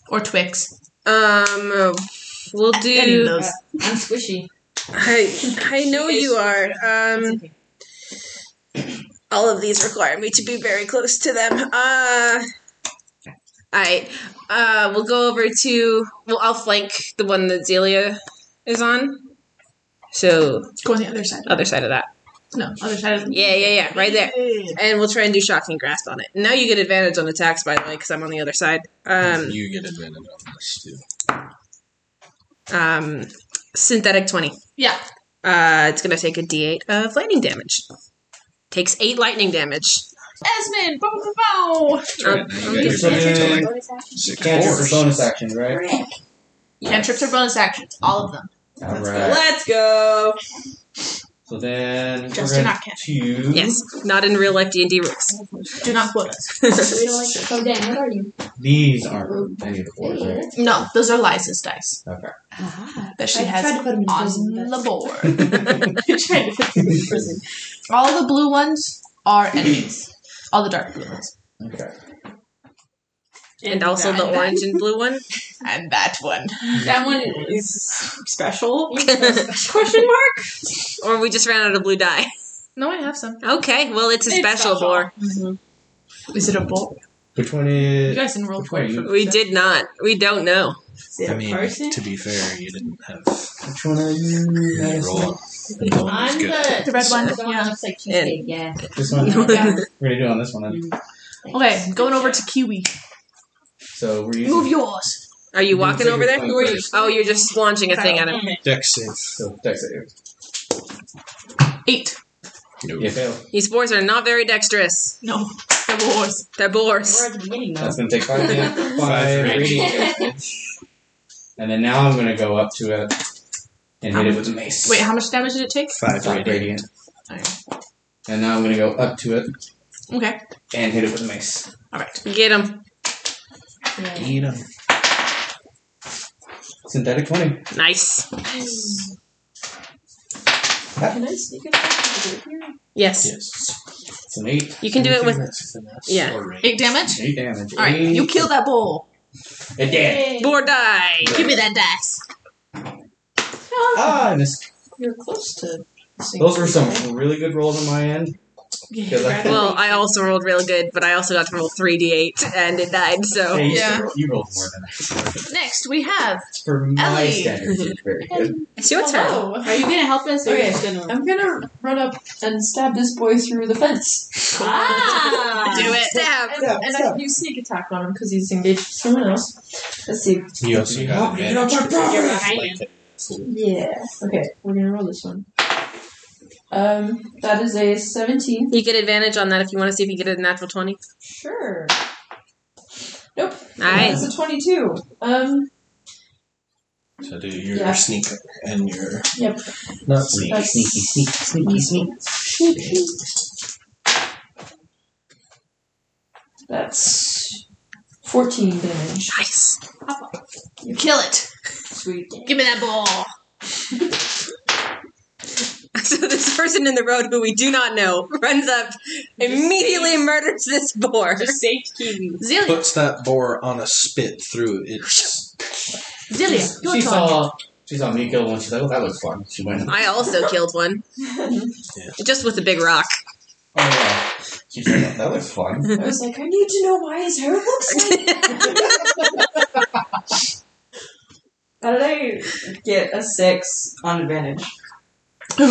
[SPEAKER 1] or Twix.
[SPEAKER 2] um, we'll do.
[SPEAKER 1] Any of those.
[SPEAKER 7] I'm squishy.
[SPEAKER 2] I I know you are. Um, all of these require me to be very close to them. Uh, I uh, we'll go over to. Well, I'll flank the one that Zelia is on. So
[SPEAKER 1] Go on the other side.
[SPEAKER 2] other side of that.
[SPEAKER 1] No, other side of
[SPEAKER 2] Yeah, yeah, yeah, right there.
[SPEAKER 1] Yeah.
[SPEAKER 2] And we'll try and do shocking grasp on it. Now you get advantage on attacks, by the way, because I'm on the other side. Um,
[SPEAKER 4] you get advantage on this too.
[SPEAKER 2] um, synthetic twenty.
[SPEAKER 1] Yeah.
[SPEAKER 2] Uh, it's gonna take a D8 of lightning damage. Takes eight lightning damage.
[SPEAKER 1] Esmond! Bow, bow, bow.
[SPEAKER 2] Um,
[SPEAKER 4] Now
[SPEAKER 2] um,
[SPEAKER 4] you
[SPEAKER 6] So
[SPEAKER 4] got your
[SPEAKER 6] then-
[SPEAKER 4] advantage on
[SPEAKER 6] You
[SPEAKER 4] six
[SPEAKER 6] can't just
[SPEAKER 4] fours.
[SPEAKER 6] for bonus action, right?
[SPEAKER 1] Cantrips are bonus actions. All of them.
[SPEAKER 6] All right.
[SPEAKER 2] Let's go.
[SPEAKER 6] So then
[SPEAKER 1] Just do
[SPEAKER 6] we're
[SPEAKER 1] not
[SPEAKER 6] gonna choose.
[SPEAKER 2] Yes, not in real life D and D rules.
[SPEAKER 1] Do not quote us.
[SPEAKER 7] Oh dang, what are you?
[SPEAKER 6] These aren't any of the boards, right?
[SPEAKER 1] No, those are Liza's dice
[SPEAKER 6] Okay.
[SPEAKER 7] Ah.
[SPEAKER 1] that she
[SPEAKER 5] I
[SPEAKER 1] has
[SPEAKER 5] tried to put him in prison.
[SPEAKER 1] on the
[SPEAKER 5] but-
[SPEAKER 1] board. All the blue ones are enemies. All the dark blue ones.
[SPEAKER 6] Okay.
[SPEAKER 2] And also the
[SPEAKER 1] that-
[SPEAKER 2] orange and blue one.
[SPEAKER 1] And that one.
[SPEAKER 3] That one is special. Question mark?
[SPEAKER 2] Or we just ran out of blue dye.
[SPEAKER 1] No, I have some.
[SPEAKER 2] Okay, well it's a
[SPEAKER 3] It's
[SPEAKER 2] special
[SPEAKER 3] special.
[SPEAKER 2] boar.
[SPEAKER 1] Is it a bowl?
[SPEAKER 6] Which one
[SPEAKER 1] You
[SPEAKER 6] is?
[SPEAKER 1] guys didn't roll
[SPEAKER 6] Which one?
[SPEAKER 1] for
[SPEAKER 2] We did not. We don't know.
[SPEAKER 3] Is it
[SPEAKER 4] I
[SPEAKER 3] a
[SPEAKER 4] mean,
[SPEAKER 3] person?
[SPEAKER 4] to be fair, you didn't have
[SPEAKER 6] Which one are you?
[SPEAKER 4] you roll. And the one was
[SPEAKER 7] I'm
[SPEAKER 4] good.
[SPEAKER 7] the,
[SPEAKER 1] The red one,
[SPEAKER 7] The one
[SPEAKER 1] yeah.
[SPEAKER 7] that looks like cheesecake. Yeah.
[SPEAKER 6] This one.
[SPEAKER 2] Yeah.
[SPEAKER 6] We're gonna do it on this one then.
[SPEAKER 1] Okay, going over to Kiwi.
[SPEAKER 6] So we're using
[SPEAKER 1] Move yours.
[SPEAKER 2] Are you walking over there?
[SPEAKER 6] Who are you?
[SPEAKER 2] Oh, you're just launching a thing at him.
[SPEAKER 4] Deck safe.
[SPEAKER 6] so dex save.
[SPEAKER 1] Eight.
[SPEAKER 4] No.
[SPEAKER 6] You failed.
[SPEAKER 2] These boars are not very dexterous.
[SPEAKER 1] No, they're wars.
[SPEAKER 2] They're boars.
[SPEAKER 7] We're at the beginning though.
[SPEAKER 6] That's gonna take five damage. Five radiant damage. And then now I'm gonna go up to it and hit it with a mace.
[SPEAKER 1] Wait, how much damage did it take?
[SPEAKER 4] Five
[SPEAKER 6] Five
[SPEAKER 4] rating.
[SPEAKER 6] radiant. And now I'm gonna go up to it
[SPEAKER 1] Okay.
[SPEAKER 6] and hit it with a mace.
[SPEAKER 1] All right.
[SPEAKER 2] Get him.
[SPEAKER 7] Yeah.
[SPEAKER 4] Eat 'em.
[SPEAKER 6] Synthetic twenty.
[SPEAKER 2] Nice.
[SPEAKER 8] Can I sneak attack? Is it here?
[SPEAKER 2] Yes.
[SPEAKER 4] Yes.
[SPEAKER 6] It's an eight.
[SPEAKER 2] You can do it
[SPEAKER 4] Anything
[SPEAKER 2] with-
[SPEAKER 4] that's finesse
[SPEAKER 2] yeah.
[SPEAKER 4] or ranged.
[SPEAKER 1] Eight damage.
[SPEAKER 6] Eight damage.
[SPEAKER 1] All right. You kill that bull.
[SPEAKER 6] It did.
[SPEAKER 2] More die.
[SPEAKER 1] Give me that dice.
[SPEAKER 6] Ah, I missed.
[SPEAKER 8] You're close to.
[SPEAKER 6] Those were some really good rolls on my end.
[SPEAKER 1] Yeah.
[SPEAKER 6] Because I
[SPEAKER 2] Well, I also rolled real good, but I also got to roll 3d8 and it died, so.
[SPEAKER 6] Hey, you
[SPEAKER 1] Yeah.
[SPEAKER 6] rolled- you rolled more than I did.
[SPEAKER 1] Next we have.
[SPEAKER 6] For my
[SPEAKER 1] Ellie.
[SPEAKER 6] standards, it's very good.
[SPEAKER 2] It's your turn.
[SPEAKER 8] Hello.
[SPEAKER 1] Are you gonna help us? Or are you just gonna...
[SPEAKER 8] I'm gonna run up and stab this boy through the fence.
[SPEAKER 1] Ah! Do it.
[SPEAKER 2] Stab.
[SPEAKER 8] And,
[SPEAKER 6] Stab,
[SPEAKER 8] and I
[SPEAKER 6] stab.
[SPEAKER 8] can use sneak attack on him because he's engaged with someone else. Let's see.
[SPEAKER 4] You also got
[SPEAKER 6] Oh, you know,
[SPEAKER 4] advantage
[SPEAKER 6] my
[SPEAKER 4] because
[SPEAKER 6] brother!
[SPEAKER 4] it's like that.
[SPEAKER 8] Yeah. Okay, we're gonna roll this one. Um, that is a 17.
[SPEAKER 2] You get advantage on that if you want to see if you get a natural 20.
[SPEAKER 8] Sure.
[SPEAKER 2] Nice.
[SPEAKER 8] That's a 22. Um,
[SPEAKER 4] So do your
[SPEAKER 8] Yeah.
[SPEAKER 4] sneak and your
[SPEAKER 8] Yep.
[SPEAKER 4] not sneak.
[SPEAKER 8] that's
[SPEAKER 6] Sneaky, sneaky.
[SPEAKER 8] that's 14 damage.
[SPEAKER 1] Nice. Kill it.
[SPEAKER 8] Sweet.
[SPEAKER 1] Give me that ball.
[SPEAKER 2] So this person in the road who we do not know runs up, immediately murders this boar.
[SPEAKER 3] safekeeping.
[SPEAKER 1] Zillia.
[SPEAKER 4] Puts that boar on a spit through its
[SPEAKER 1] Zillia. Your
[SPEAKER 6] She
[SPEAKER 1] turn.
[SPEAKER 6] saw, she saw me kill one. She's like, oh, that looks fun. She went,
[SPEAKER 2] I also killed one. Just with a big rock.
[SPEAKER 6] oh, yeah. She's like, that looks fun.
[SPEAKER 8] I was like, I need to know why his hair looks like How did I get a 6 on advantage?
[SPEAKER 7] Yay.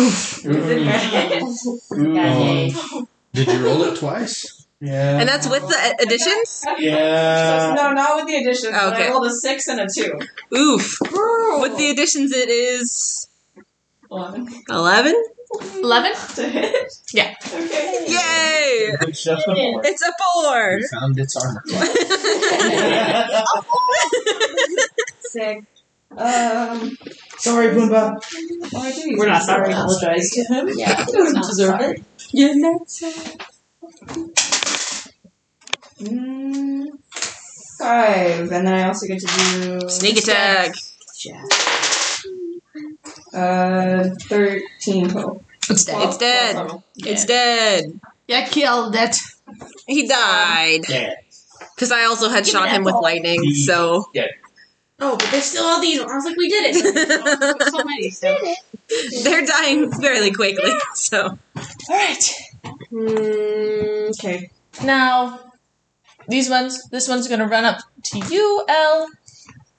[SPEAKER 4] Did you roll it twice?
[SPEAKER 6] Yeah.
[SPEAKER 2] And that's with the additions?
[SPEAKER 6] yeah.
[SPEAKER 8] no, not with the addition.
[SPEAKER 2] but I Okay.
[SPEAKER 8] rolled a 6 and a 2.
[SPEAKER 2] Oof.
[SPEAKER 8] Bro.
[SPEAKER 2] With the additions, it is 11?
[SPEAKER 1] Eleven.
[SPEAKER 8] to hit?
[SPEAKER 1] Yeah.
[SPEAKER 8] Okay.
[SPEAKER 2] Yay!
[SPEAKER 6] Good stuff.
[SPEAKER 2] It's a boar!
[SPEAKER 4] You found its armor class.
[SPEAKER 8] Sick. Um,
[SPEAKER 6] Sorry, Boomba.
[SPEAKER 8] We're not sorry. Apologize to him. Yeah, he doesn't deserve it. You're not sorry. Mm, five, and then I also get to do
[SPEAKER 2] Sneak attack.
[SPEAKER 8] Uh, thirteen total.
[SPEAKER 1] It's dead.
[SPEAKER 2] It's dead. It's dead.
[SPEAKER 1] You killed it.
[SPEAKER 2] He died.
[SPEAKER 6] Yeah.
[SPEAKER 2] Because I also had shot him with lightning, so.
[SPEAKER 1] Oh, but there's still all these. I was like, we did so many. So.
[SPEAKER 2] They're dying fairly quickly, so.
[SPEAKER 1] All right.
[SPEAKER 2] okay.
[SPEAKER 1] Hmm, Now, these ones. This one's gonna run up to you, L.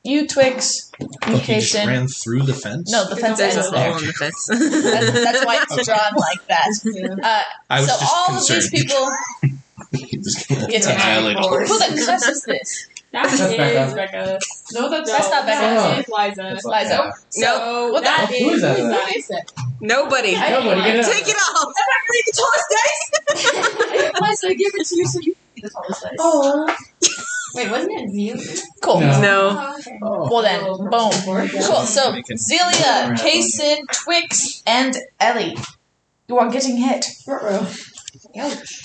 [SPEAKER 1] You Twix. You
[SPEAKER 4] Look, he just
[SPEAKER 1] Kason.
[SPEAKER 4] ran through the fence.
[SPEAKER 1] No, the fence
[SPEAKER 2] There's
[SPEAKER 1] is
[SPEAKER 2] a
[SPEAKER 1] there.
[SPEAKER 2] hole in the fence.
[SPEAKER 1] That's, that's why it's drawn like that. Uh,
[SPEAKER 4] I was
[SPEAKER 1] so
[SPEAKER 4] just
[SPEAKER 1] all
[SPEAKER 4] concerned.
[SPEAKER 1] of these people.
[SPEAKER 4] he was gonna
[SPEAKER 1] It's
[SPEAKER 4] annihilate all
[SPEAKER 1] Who the cuss is this?
[SPEAKER 3] That
[SPEAKER 6] That's Becca.
[SPEAKER 3] is Becca.
[SPEAKER 8] No, that's
[SPEAKER 1] That's not
[SPEAKER 3] That
[SPEAKER 1] bad.
[SPEAKER 6] bad.
[SPEAKER 3] is Liza.
[SPEAKER 6] It's like
[SPEAKER 1] Liza.
[SPEAKER 6] that.
[SPEAKER 1] So what the?
[SPEAKER 3] That
[SPEAKER 6] Who is that?
[SPEAKER 3] Liza.
[SPEAKER 2] Nobody.
[SPEAKER 8] I-
[SPEAKER 6] Nobody get it.
[SPEAKER 2] Take it off!
[SPEAKER 8] I give it to you so you can be the tallest dice. Oh,
[SPEAKER 7] Wait, wasn't it you?
[SPEAKER 1] Cool.
[SPEAKER 6] No.
[SPEAKER 2] No.
[SPEAKER 7] Oh, okay.
[SPEAKER 6] Oh.
[SPEAKER 1] Well then, boom. Cool. So Zelia, Kason, Twix, and Ellie. You are getting hit.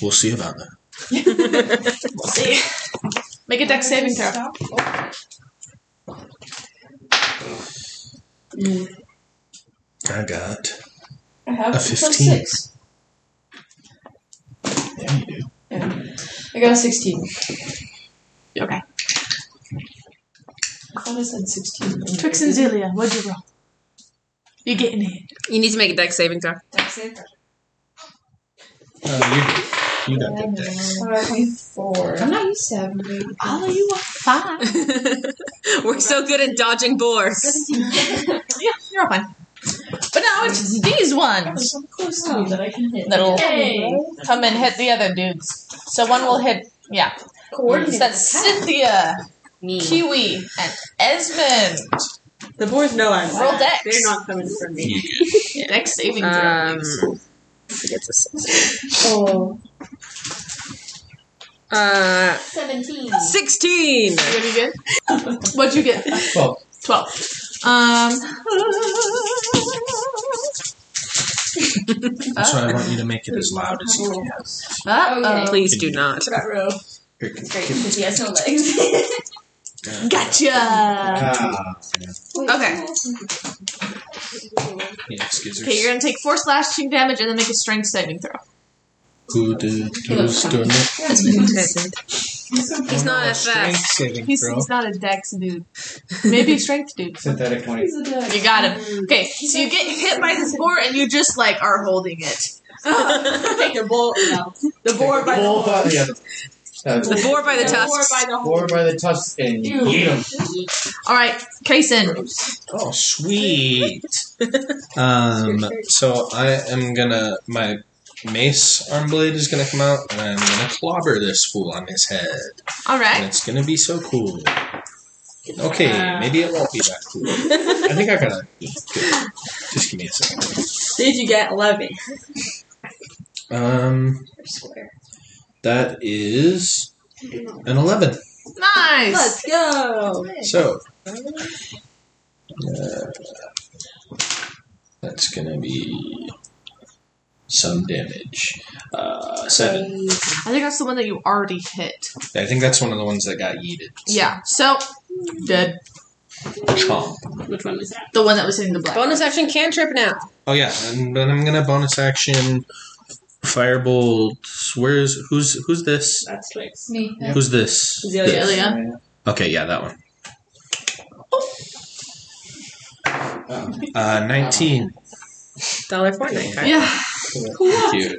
[SPEAKER 4] We'll see about that.
[SPEAKER 1] We'll see. Make a deck saving throw.
[SPEAKER 4] I got
[SPEAKER 8] I have
[SPEAKER 4] a
[SPEAKER 8] plus
[SPEAKER 4] 15.
[SPEAKER 8] six.
[SPEAKER 4] Yeah, you do.
[SPEAKER 8] I got a 16. Okay. I thought I said 16.
[SPEAKER 1] Twix and Zelia, what'd you roll? You're getting hit.
[SPEAKER 2] You need to make a deck saving throw.
[SPEAKER 4] Uh, you, you got good dex.
[SPEAKER 8] Four.
[SPEAKER 5] I'm not used to having to be-
[SPEAKER 1] Oh, you are fine.
[SPEAKER 2] We're so good at dodging boars.
[SPEAKER 1] yeah, you're fine. But now it's these ones
[SPEAKER 8] close to me that I can hit.
[SPEAKER 1] that'll come and hit the other dudes. So one will hit, yeah. So that's Cynthia,
[SPEAKER 7] Me.
[SPEAKER 1] Kiwi, and Esmond.
[SPEAKER 3] The boars know I'm
[SPEAKER 1] Roll
[SPEAKER 3] back.
[SPEAKER 1] dex.
[SPEAKER 3] They're not coming for me.
[SPEAKER 1] Deck saving
[SPEAKER 2] Um,
[SPEAKER 8] Oh,
[SPEAKER 2] uh,
[SPEAKER 7] 17.
[SPEAKER 2] 16!
[SPEAKER 1] What you get? What'd you get?
[SPEAKER 6] Twelve.
[SPEAKER 1] Twelve. Um.
[SPEAKER 4] That's why I want you to make it as loud as you can.
[SPEAKER 1] Uh-oh.
[SPEAKER 2] Please do not.
[SPEAKER 8] Front row.
[SPEAKER 4] Here,
[SPEAKER 8] It's great
[SPEAKER 4] can-
[SPEAKER 8] because he has no legs.
[SPEAKER 1] Gotcha.
[SPEAKER 6] uh,
[SPEAKER 4] Ah,
[SPEAKER 2] Okay.
[SPEAKER 4] yeah, scissors.
[SPEAKER 1] Okay, you're gonna take four slashing damage and then make a strength saving throw.
[SPEAKER 4] Who did do stomach?
[SPEAKER 2] He's not a
[SPEAKER 4] Strength
[SPEAKER 2] fast.
[SPEAKER 4] saving
[SPEAKER 1] He's,
[SPEAKER 4] throw.
[SPEAKER 1] he's not a dex dude. Maybe a strength dude.
[SPEAKER 6] Synthetic 20.
[SPEAKER 1] You got him. Okay, so you get hit by this boar and you just like are holding it.
[SPEAKER 3] Take the bull. No.
[SPEAKER 1] The boar by
[SPEAKER 6] Bull by the other.
[SPEAKER 2] The
[SPEAKER 6] Uh,
[SPEAKER 2] boar by the
[SPEAKER 3] The boar
[SPEAKER 2] tusks.
[SPEAKER 3] by the
[SPEAKER 6] Four
[SPEAKER 3] hole.
[SPEAKER 6] by the tusks and you eat them.
[SPEAKER 1] All right, Kason.
[SPEAKER 4] Oh, sweet. um, so I am gonna my mace arm blade is gonna come out, and I'm gonna clobber this fool on his head,
[SPEAKER 1] All
[SPEAKER 4] and
[SPEAKER 1] right.
[SPEAKER 4] it's gonna be so cool. Okay, maybe it won't be that cool. I think I gotta good. just give me a second.
[SPEAKER 3] Did you get 11?
[SPEAKER 4] Um, that is an eleven.
[SPEAKER 1] Nice.
[SPEAKER 3] Let's go.
[SPEAKER 4] So, uh, that's gonna be some damage. Uh, seven.
[SPEAKER 1] I think that's the one that you already hit.
[SPEAKER 4] I think that's one of the ones that got yeeted.
[SPEAKER 1] Yeah. So dead.
[SPEAKER 4] Chomp.
[SPEAKER 3] Which one is that?
[SPEAKER 1] The one that was hitting the black.
[SPEAKER 2] Bonus action cantrip now.
[SPEAKER 4] Oh yeah, and then I'm gonna bonus action firebolt. Where's who's who's this?
[SPEAKER 3] That's Twix.
[SPEAKER 5] Me.
[SPEAKER 4] Who's this?
[SPEAKER 3] Zelia.
[SPEAKER 4] This.
[SPEAKER 1] Zelia.
[SPEAKER 4] Okay, yeah, that one.
[SPEAKER 6] Oh,
[SPEAKER 4] Uh, nineteen.
[SPEAKER 2] Dollar Fortnite card.
[SPEAKER 1] Yeah.
[SPEAKER 4] Thank you.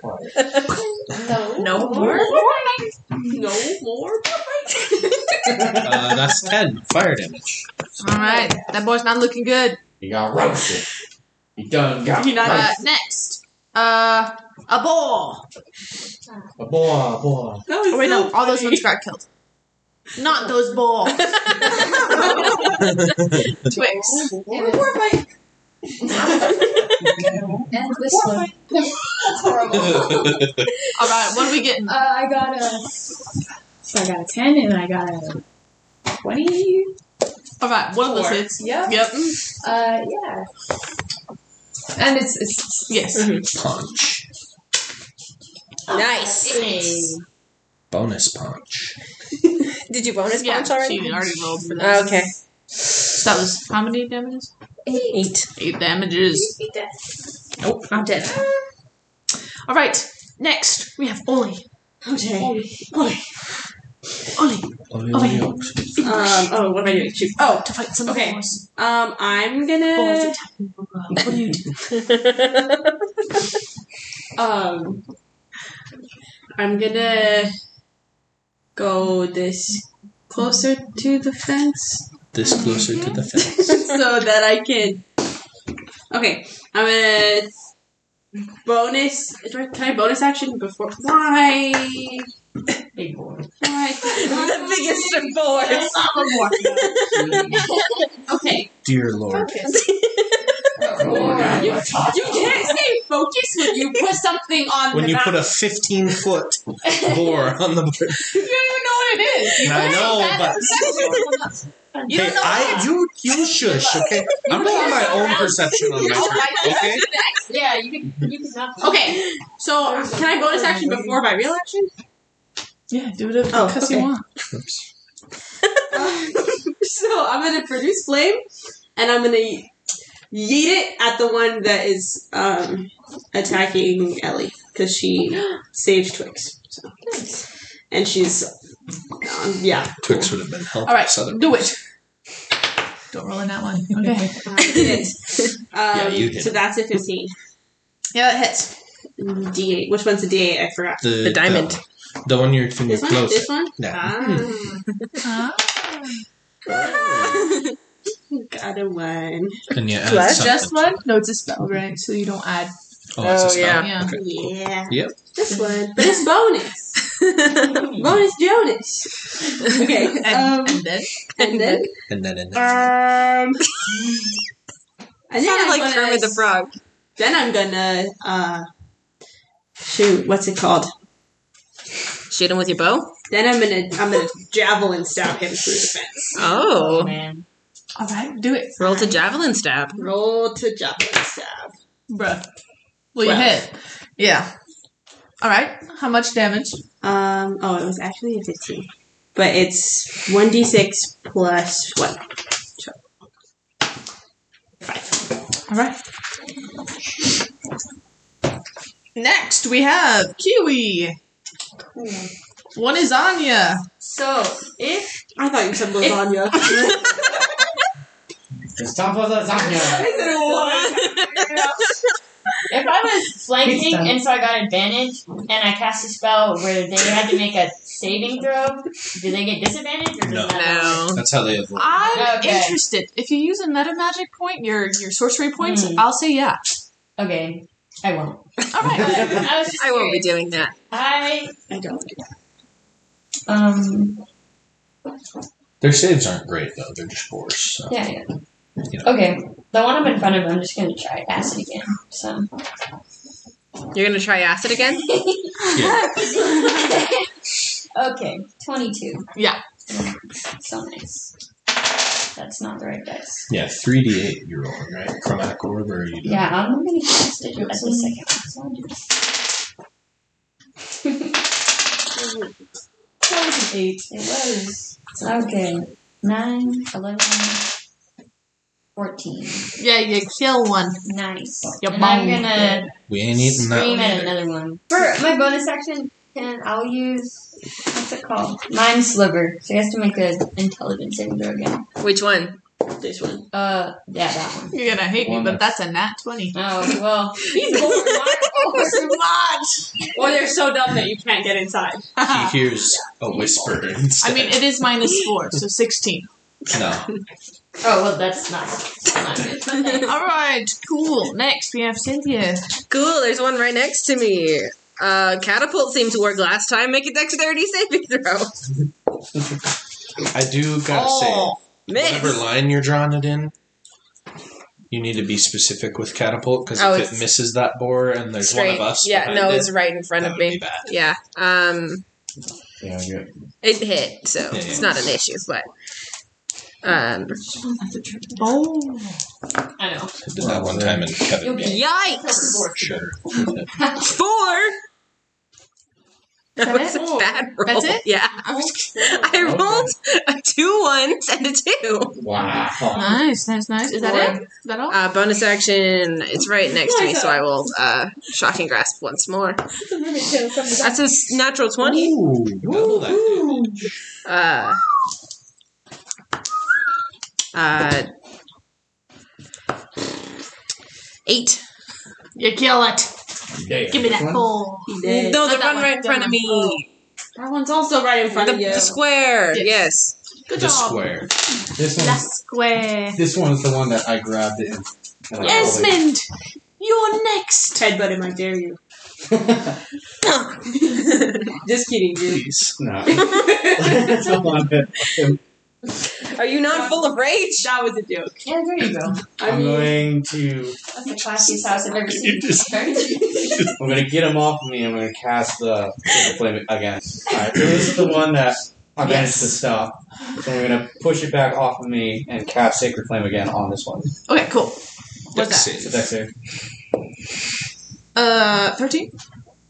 [SPEAKER 1] No more.
[SPEAKER 3] No more?
[SPEAKER 4] Uh, that's ten fire damage.
[SPEAKER 1] All right. That boy's not looking good.
[SPEAKER 6] You got roasted. You done got
[SPEAKER 3] You not-
[SPEAKER 1] Uh,
[SPEAKER 6] roasted.
[SPEAKER 1] next, uh, a ball.
[SPEAKER 6] A boy, boy.
[SPEAKER 3] That was
[SPEAKER 1] Oh, wait,
[SPEAKER 3] so
[SPEAKER 1] no. All those
[SPEAKER 3] funny.
[SPEAKER 1] ones got killed. Not those balls. Twix.
[SPEAKER 8] Poor Mike.
[SPEAKER 5] And this one.
[SPEAKER 8] That's horrible.
[SPEAKER 1] All right. What are we getting?
[SPEAKER 5] Uh, I got a. So I got a 10 and I got a 20.
[SPEAKER 1] All right. One of those
[SPEAKER 3] Four.
[SPEAKER 1] hits.
[SPEAKER 5] Yep.
[SPEAKER 1] Yep.
[SPEAKER 5] Uh, yeah. And it's, it's
[SPEAKER 1] Yes.
[SPEAKER 4] punch.
[SPEAKER 2] Nice.
[SPEAKER 4] Bonus punch.
[SPEAKER 2] Did you bonus
[SPEAKER 1] Yeah.
[SPEAKER 2] punch already?
[SPEAKER 1] She already rolled for that.
[SPEAKER 2] Okay.
[SPEAKER 1] So that was how many damages?
[SPEAKER 2] Eight.
[SPEAKER 1] Eight damages.
[SPEAKER 2] Nope, not dead.
[SPEAKER 1] All right. Next, we have Oli.
[SPEAKER 3] Okay.
[SPEAKER 1] Oli, Oli.
[SPEAKER 3] Um, oh, what am I doing? Shoot. Oh,
[SPEAKER 1] to fight some
[SPEAKER 3] Okay.
[SPEAKER 1] boss.
[SPEAKER 3] um, I'm
[SPEAKER 1] Balls
[SPEAKER 3] gonna,
[SPEAKER 1] attacking the world. What do you do?
[SPEAKER 3] um, I'm gonna go this closer to the fence
[SPEAKER 4] This closer to the fence.
[SPEAKER 3] so that I can. Okay, I'm gonna bonus. Do I, can I bonus action before? Why?
[SPEAKER 7] Big boy.
[SPEAKER 3] Why?
[SPEAKER 2] the biggest of boars.
[SPEAKER 3] Okay,
[SPEAKER 4] Dear Lord.
[SPEAKER 6] Oh,
[SPEAKER 3] you, you can't say focus when you put something on
[SPEAKER 4] When
[SPEAKER 3] the
[SPEAKER 4] you
[SPEAKER 3] map.
[SPEAKER 4] put a 15 foot boar on the board.
[SPEAKER 3] you don't even know what it is.
[SPEAKER 4] And I know, but
[SPEAKER 3] You
[SPEAKER 4] hey,
[SPEAKER 3] don't know
[SPEAKER 4] I you you shush, okay? I'm putting my own perception on my turn, okay?
[SPEAKER 7] Yeah, you can. You can knock.
[SPEAKER 3] Okay, so can I bonus action before my real action?
[SPEAKER 1] Yeah, do it
[SPEAKER 3] Oh,
[SPEAKER 1] because
[SPEAKER 3] okay.
[SPEAKER 1] you want.
[SPEAKER 3] so I'm gonna produce flame, and I'm gonna yeet it at the one that is um, attacking Ellie because she saved Twix. So. And she's, um, yeah,
[SPEAKER 4] Twix would have been helpful.
[SPEAKER 1] All right,
[SPEAKER 4] Southern-
[SPEAKER 1] do it. Don't roll in that one. Okay.
[SPEAKER 3] I did it. Um,
[SPEAKER 4] you hit
[SPEAKER 3] so
[SPEAKER 4] it.
[SPEAKER 3] that's a 15.
[SPEAKER 1] yeah, that hits.
[SPEAKER 3] D8. Which one's a D8? I forgot.
[SPEAKER 4] The,
[SPEAKER 2] diamond.
[SPEAKER 4] The, the one you're finger
[SPEAKER 3] This one? This
[SPEAKER 4] Mm, close.
[SPEAKER 3] one?
[SPEAKER 4] Yeah. Hmm.
[SPEAKER 3] Ah.
[SPEAKER 4] Hmm.
[SPEAKER 3] Got a one.
[SPEAKER 4] And you add
[SPEAKER 2] Plus
[SPEAKER 4] something.
[SPEAKER 1] Just one? No, it's a spell, right? So you don't add.
[SPEAKER 4] Oh, it's a
[SPEAKER 2] Oh,
[SPEAKER 4] spell.
[SPEAKER 2] yeah.
[SPEAKER 1] Yeah.
[SPEAKER 4] Okay.
[SPEAKER 3] Yeah.
[SPEAKER 4] Yep.
[SPEAKER 3] This one. But it's bonus.
[SPEAKER 1] Um,
[SPEAKER 3] bonus Jonas. Okay. Um,
[SPEAKER 1] And, and then
[SPEAKER 3] and then
[SPEAKER 4] And then and then.
[SPEAKER 3] Um, and then
[SPEAKER 2] Sounded
[SPEAKER 3] I'm
[SPEAKER 2] like
[SPEAKER 3] gonna-
[SPEAKER 2] Kermit the Frog.
[SPEAKER 3] Then I'm gonna uh, shoot. What's it called?
[SPEAKER 2] Shoot him with your bow.
[SPEAKER 3] Then I'm gonna I'm gonna javelin stab him through the fence.
[SPEAKER 2] Oh,
[SPEAKER 7] man.
[SPEAKER 1] all right, do it,
[SPEAKER 2] roll to javelin stab.
[SPEAKER 3] Roll to javelin stab.
[SPEAKER 1] bruh. Well, you hit. Yeah. All right. How much damage?
[SPEAKER 3] Um, oh, it was actually a 15. But it's 1d6 plus what?
[SPEAKER 1] All right. Next, we have Kiwi. One is Anya.
[SPEAKER 7] So if
[SPEAKER 3] I thought you said lasagna.
[SPEAKER 6] It's time for lasagna.
[SPEAKER 7] if I was flanking
[SPEAKER 6] Pizza.
[SPEAKER 7] and so I got advantage and I cast a spell where they had to make a saving throw, do they get disadvantage or
[SPEAKER 4] No.
[SPEAKER 7] does that matter?
[SPEAKER 2] Um,
[SPEAKER 4] That's how they avoid.
[SPEAKER 1] I'm
[SPEAKER 7] Okay.
[SPEAKER 1] interested. If you use a meta magic point, your your sorcery points,
[SPEAKER 7] Mm.
[SPEAKER 1] I'll say yeah.
[SPEAKER 7] Okay, I won't.
[SPEAKER 1] All right.
[SPEAKER 7] I was just
[SPEAKER 2] I won't be
[SPEAKER 7] curious.
[SPEAKER 2] doing that.
[SPEAKER 7] I
[SPEAKER 3] I don't.
[SPEAKER 7] um
[SPEAKER 4] Their saves aren't great though; they're just fours. So.
[SPEAKER 7] yeah. yeah. Okay, the one I'm in front of, I'm just gonna try acid again. So
[SPEAKER 2] You're gonna try acid again?
[SPEAKER 7] okay, twenty-two.
[SPEAKER 1] Yeah.
[SPEAKER 7] So nice. That's not the right dice.
[SPEAKER 4] Yeah, three d eight. You're rolling right. Chromatic orb, or you
[SPEAKER 7] Yeah, I'm gonna cast it as the second one. Twenty-eight. It was okay. Nine, eleven, fourteen.
[SPEAKER 1] yeah, you kill one.
[SPEAKER 7] Nice.
[SPEAKER 1] Your
[SPEAKER 7] and I'm
[SPEAKER 1] bone.
[SPEAKER 7] gonna
[SPEAKER 4] we ain't eating that.
[SPEAKER 7] scream
[SPEAKER 4] one
[SPEAKER 7] at
[SPEAKER 4] either.
[SPEAKER 7] another one. For my bonus action, can I'll use what's it called? Mind sliver. So he has to make an intelligence saving throw again.
[SPEAKER 2] Which one?
[SPEAKER 3] This one.
[SPEAKER 7] Uh, yeah, that one.
[SPEAKER 1] You're gonna hate me, but that's a nat twenty.
[SPEAKER 7] Oh well, he's over
[SPEAKER 3] Or they're so dumb that you can't get inside.
[SPEAKER 1] I
[SPEAKER 4] He hears a whisper instead.
[SPEAKER 1] mean, it is minus four, so sixteen.
[SPEAKER 4] no.
[SPEAKER 7] Oh well, that's not. that's not good.
[SPEAKER 1] All right, cool. Next, we have Cynthia.
[SPEAKER 2] Cool, there's one right next to me. Uh, catapult seemed to work last time. Make a dexterity saving throw.
[SPEAKER 4] I do gotta
[SPEAKER 2] Oh,
[SPEAKER 4] say, whatever
[SPEAKER 2] Miss.
[SPEAKER 4] line you're drawing it in, you need to be specific with catapult because
[SPEAKER 2] Oh,
[SPEAKER 4] if
[SPEAKER 2] it's-
[SPEAKER 4] it misses that boar and there's
[SPEAKER 2] Straight.
[SPEAKER 4] one of us,
[SPEAKER 2] yeah,
[SPEAKER 4] behind
[SPEAKER 2] no,
[SPEAKER 4] it,
[SPEAKER 2] it's right in front
[SPEAKER 4] that
[SPEAKER 2] of
[SPEAKER 4] would
[SPEAKER 2] me.
[SPEAKER 4] be bad.
[SPEAKER 2] Yeah. Um,
[SPEAKER 6] Yeah, good.
[SPEAKER 2] it hit, so
[SPEAKER 4] Yeah,
[SPEAKER 2] it's
[SPEAKER 4] yeah.
[SPEAKER 2] not an issue, but. Um,
[SPEAKER 1] Oh,
[SPEAKER 7] I know.
[SPEAKER 4] I did that one time and cut
[SPEAKER 7] You'll
[SPEAKER 4] it.
[SPEAKER 7] be
[SPEAKER 2] yikes!
[SPEAKER 4] Sure.
[SPEAKER 2] Four! That
[SPEAKER 1] Is
[SPEAKER 2] was
[SPEAKER 1] that
[SPEAKER 2] a bad roll.
[SPEAKER 1] That's it?
[SPEAKER 2] Yeah. I
[SPEAKER 6] Okay.
[SPEAKER 2] rolled a two ones and a two.
[SPEAKER 6] Wow.
[SPEAKER 1] nice, nice, nice. Is that it? Is that all?
[SPEAKER 2] Uh, bonus action. It's right next to me, so I will uh, shocking grasp once more. That's a s- natural twenty.
[SPEAKER 4] Ooh, double that.
[SPEAKER 2] Uh, uh, eight.
[SPEAKER 1] You kill it.
[SPEAKER 6] Yeah.
[SPEAKER 1] Give me that bowl.
[SPEAKER 2] No, the
[SPEAKER 1] Not that
[SPEAKER 2] one right in
[SPEAKER 1] one.
[SPEAKER 2] front of me.
[SPEAKER 3] That one's also right in front
[SPEAKER 2] The,
[SPEAKER 3] of you.
[SPEAKER 2] the square. Yes.
[SPEAKER 1] Good
[SPEAKER 4] The
[SPEAKER 1] job.
[SPEAKER 4] square.
[SPEAKER 6] This
[SPEAKER 1] La
[SPEAKER 6] one.
[SPEAKER 1] square.
[SPEAKER 6] This one is the one that I grabbed it. and- and I rolled it.
[SPEAKER 1] Esmond, you're next.
[SPEAKER 3] Headbutt him, I dare you. Just kidding, dude.
[SPEAKER 6] Please. No. It's a lot better.
[SPEAKER 2] Are you not full of rage?
[SPEAKER 3] That was a joke.
[SPEAKER 7] Yeah, there you go.
[SPEAKER 3] I
[SPEAKER 6] I'm
[SPEAKER 3] mean,
[SPEAKER 6] going to.
[SPEAKER 7] That's the classiest house I've ever seen.
[SPEAKER 6] I'm gonna get him off of me. I'm gonna cast the the flame again. All right, so this is the one that I managed to stop. So I'm gonna push it back off of me and cast sacred flame again on this one.
[SPEAKER 1] Okay, cool. What's
[SPEAKER 4] Dex
[SPEAKER 1] that?
[SPEAKER 6] So
[SPEAKER 4] save.
[SPEAKER 6] that's it.
[SPEAKER 1] Uh, thirteen.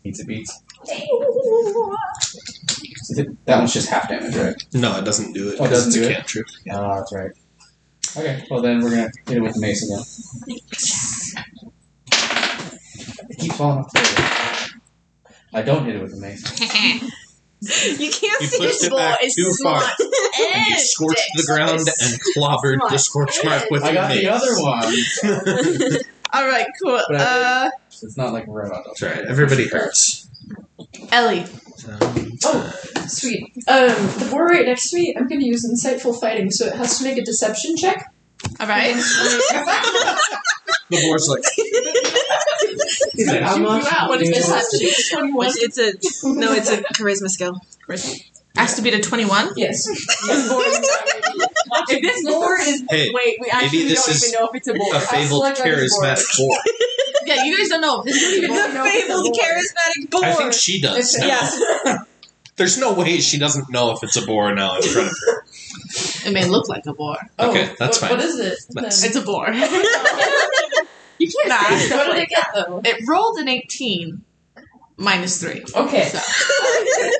[SPEAKER 6] Needs a beat. So th- That one's just half damage, right?
[SPEAKER 4] No, it doesn't do it
[SPEAKER 6] Oh, it
[SPEAKER 4] because
[SPEAKER 6] doesn't
[SPEAKER 4] it's
[SPEAKER 6] do
[SPEAKER 4] a
[SPEAKER 6] it?
[SPEAKER 4] cantrip.
[SPEAKER 6] No, that's right. Okay, well then we're gonna hit it with the mace again. It keeps falling off the table. I don't hit it with the mace.
[SPEAKER 2] You can't
[SPEAKER 4] You
[SPEAKER 2] see
[SPEAKER 4] pushed
[SPEAKER 2] his
[SPEAKER 4] it
[SPEAKER 2] ball.
[SPEAKER 4] back
[SPEAKER 2] It's
[SPEAKER 4] too far.
[SPEAKER 2] not.
[SPEAKER 4] And you scorched the ground and clobbered the scorch mark with
[SPEAKER 6] I
[SPEAKER 4] your
[SPEAKER 6] got the other one.
[SPEAKER 4] mace.
[SPEAKER 1] All right, cool.
[SPEAKER 6] But
[SPEAKER 1] Uh,
[SPEAKER 6] I- It's not like red.
[SPEAKER 4] That's right. Everybody hurts.
[SPEAKER 1] Ellie.
[SPEAKER 4] Um,
[SPEAKER 8] Sweet. Um, the boar right next to me, I'm going to use insightful fighting, so it has to make a deception check.
[SPEAKER 1] All right.
[SPEAKER 4] the boar's like,
[SPEAKER 6] He's like, how
[SPEAKER 8] You-
[SPEAKER 6] much?
[SPEAKER 8] you out.
[SPEAKER 1] What is
[SPEAKER 8] This
[SPEAKER 1] this?
[SPEAKER 8] has to be 21.
[SPEAKER 2] It's, it's a no. It's a charisma skill.
[SPEAKER 1] Has to beat a twenty-one.
[SPEAKER 8] Yes.
[SPEAKER 3] if this boar is.
[SPEAKER 4] hey,
[SPEAKER 3] Wait, we actually
[SPEAKER 4] this
[SPEAKER 3] don't
[SPEAKER 4] is
[SPEAKER 3] even know if it's a boar.
[SPEAKER 4] a fabled
[SPEAKER 8] select on this board.
[SPEAKER 4] charismatic boar.
[SPEAKER 1] Yeah, you guys don't know. This is
[SPEAKER 8] You
[SPEAKER 1] even
[SPEAKER 8] don't
[SPEAKER 2] The
[SPEAKER 8] know if it's a
[SPEAKER 2] fabled
[SPEAKER 8] boar.
[SPEAKER 2] charismatic boar.
[SPEAKER 4] I think she does.
[SPEAKER 8] It's-
[SPEAKER 4] now.
[SPEAKER 2] yeah.
[SPEAKER 4] There's no way she doesn't know if it's a boar now in front of
[SPEAKER 1] It may look like a boar.
[SPEAKER 8] Oh,
[SPEAKER 4] Okay, that's
[SPEAKER 8] what-
[SPEAKER 4] fine.
[SPEAKER 8] What is it?
[SPEAKER 4] That's-
[SPEAKER 8] Then?
[SPEAKER 1] It's a boar.
[SPEAKER 8] You can't
[SPEAKER 1] Nah,
[SPEAKER 8] say stuff
[SPEAKER 1] what did
[SPEAKER 8] like that, though.
[SPEAKER 1] It rolled an 18 minus 3.
[SPEAKER 8] Okay.
[SPEAKER 1] So.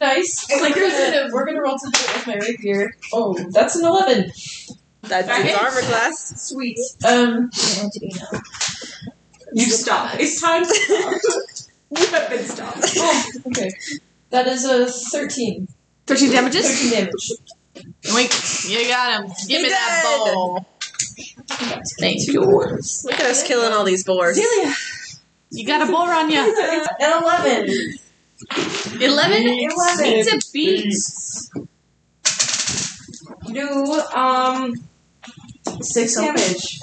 [SPEAKER 8] nice. It's like we're gonna, we're gonna roll to do it with my rapier. Oh, that's an eleven.
[SPEAKER 2] That's
[SPEAKER 8] Right.
[SPEAKER 2] his armor class.
[SPEAKER 8] Sweet. Um,
[SPEAKER 3] You stop. It's time to stop. you have been stopped.
[SPEAKER 8] oh, okay. That is a thirteen.
[SPEAKER 1] 13 damages?
[SPEAKER 8] Thirteen damage.
[SPEAKER 1] Wink. You got him. Give me
[SPEAKER 2] He
[SPEAKER 1] that
[SPEAKER 2] did.
[SPEAKER 1] bowl. Thank you.
[SPEAKER 2] Look at us killing all these boars.
[SPEAKER 8] Delia,
[SPEAKER 1] You got a bowl on you.
[SPEAKER 8] an Uh, eleven.
[SPEAKER 1] 11? It's a beat.
[SPEAKER 3] Do um six damage.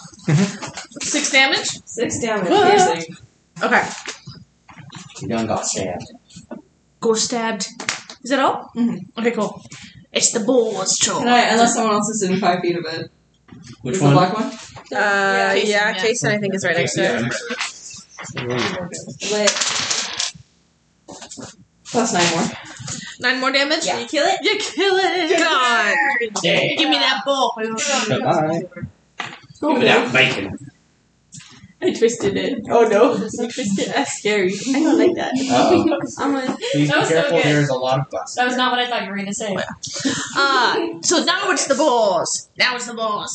[SPEAKER 1] 6 damage?
[SPEAKER 3] Six damage.
[SPEAKER 1] Ah.
[SPEAKER 3] piercing.
[SPEAKER 1] Okay.
[SPEAKER 6] She done got stabbed.
[SPEAKER 1] Go stabbed. Is that all? Mm-hmm. Okay, cool. It's the boar's
[SPEAKER 3] Can
[SPEAKER 1] chore.
[SPEAKER 3] I? Unless someone else is in five feet of it.
[SPEAKER 6] Which
[SPEAKER 3] Is
[SPEAKER 6] one?
[SPEAKER 3] the black one?
[SPEAKER 2] Uh,
[SPEAKER 1] Kason,
[SPEAKER 2] yeah,
[SPEAKER 1] yeah.
[SPEAKER 2] Kason, I think, is right next to it.
[SPEAKER 3] Lit. Plus nine more.
[SPEAKER 1] Nine more damage?
[SPEAKER 3] You kill it.
[SPEAKER 1] You kill it. God. Give me that bowl.
[SPEAKER 6] Bye.
[SPEAKER 3] Oh,
[SPEAKER 6] Give it out, bacon.
[SPEAKER 3] I twisted it. Oh no, I twisted. it. That's scary. I don't like that.
[SPEAKER 6] Uh-oh.
[SPEAKER 3] I'm like,
[SPEAKER 6] Please
[SPEAKER 7] That
[SPEAKER 6] be
[SPEAKER 7] was so
[SPEAKER 6] careful.
[SPEAKER 7] good.
[SPEAKER 6] There is a lot of glass.
[SPEAKER 7] That was not what I thought you were gonna say.
[SPEAKER 1] Uh, so now it's the boars. Now it's the boars.